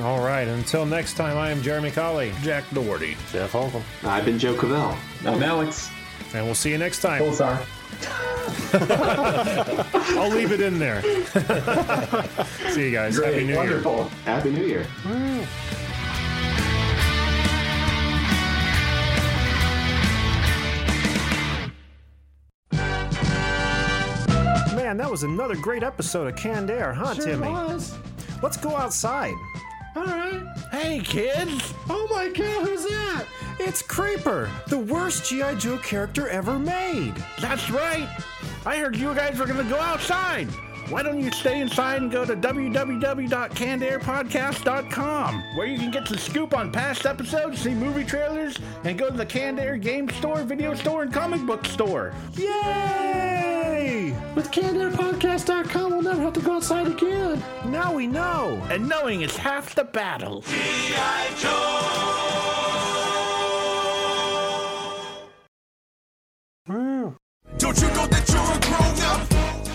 Speaker 4: All right, until next time, I am Jeremy Colley,
Speaker 6: Jack Doherty.
Speaker 8: Jeff Holcomb.
Speaker 5: I've been Joe Cavell.
Speaker 7: I'm Alex.
Speaker 4: and we'll see you next time.
Speaker 7: Pulsar.
Speaker 4: I'll leave it in there. See you guys. Happy
Speaker 7: Great.
Speaker 4: New Year.
Speaker 7: Wonderful.
Speaker 5: Happy New Year.
Speaker 4: Man, that was another great episode of Canned Air, huh, Timmy? Let's go outside. All right. Hey, kids. Oh my God, who's that? It's Creeper, the worst GI Joe character ever made.
Speaker 6: That's right. I heard you guys were going to go outside. Why don't you stay inside and go to www.cannedairpodcast.com, where you can get the scoop on past episodes, see movie trailers, and go to the Canned Air game store, video store, and comic book store.
Speaker 4: Yay!
Speaker 10: With CandairPodcast.com, we'll never have to go outside again.
Speaker 4: Now we know.
Speaker 6: And knowing is half the battle.
Speaker 9: Don't you know that you're a grown up?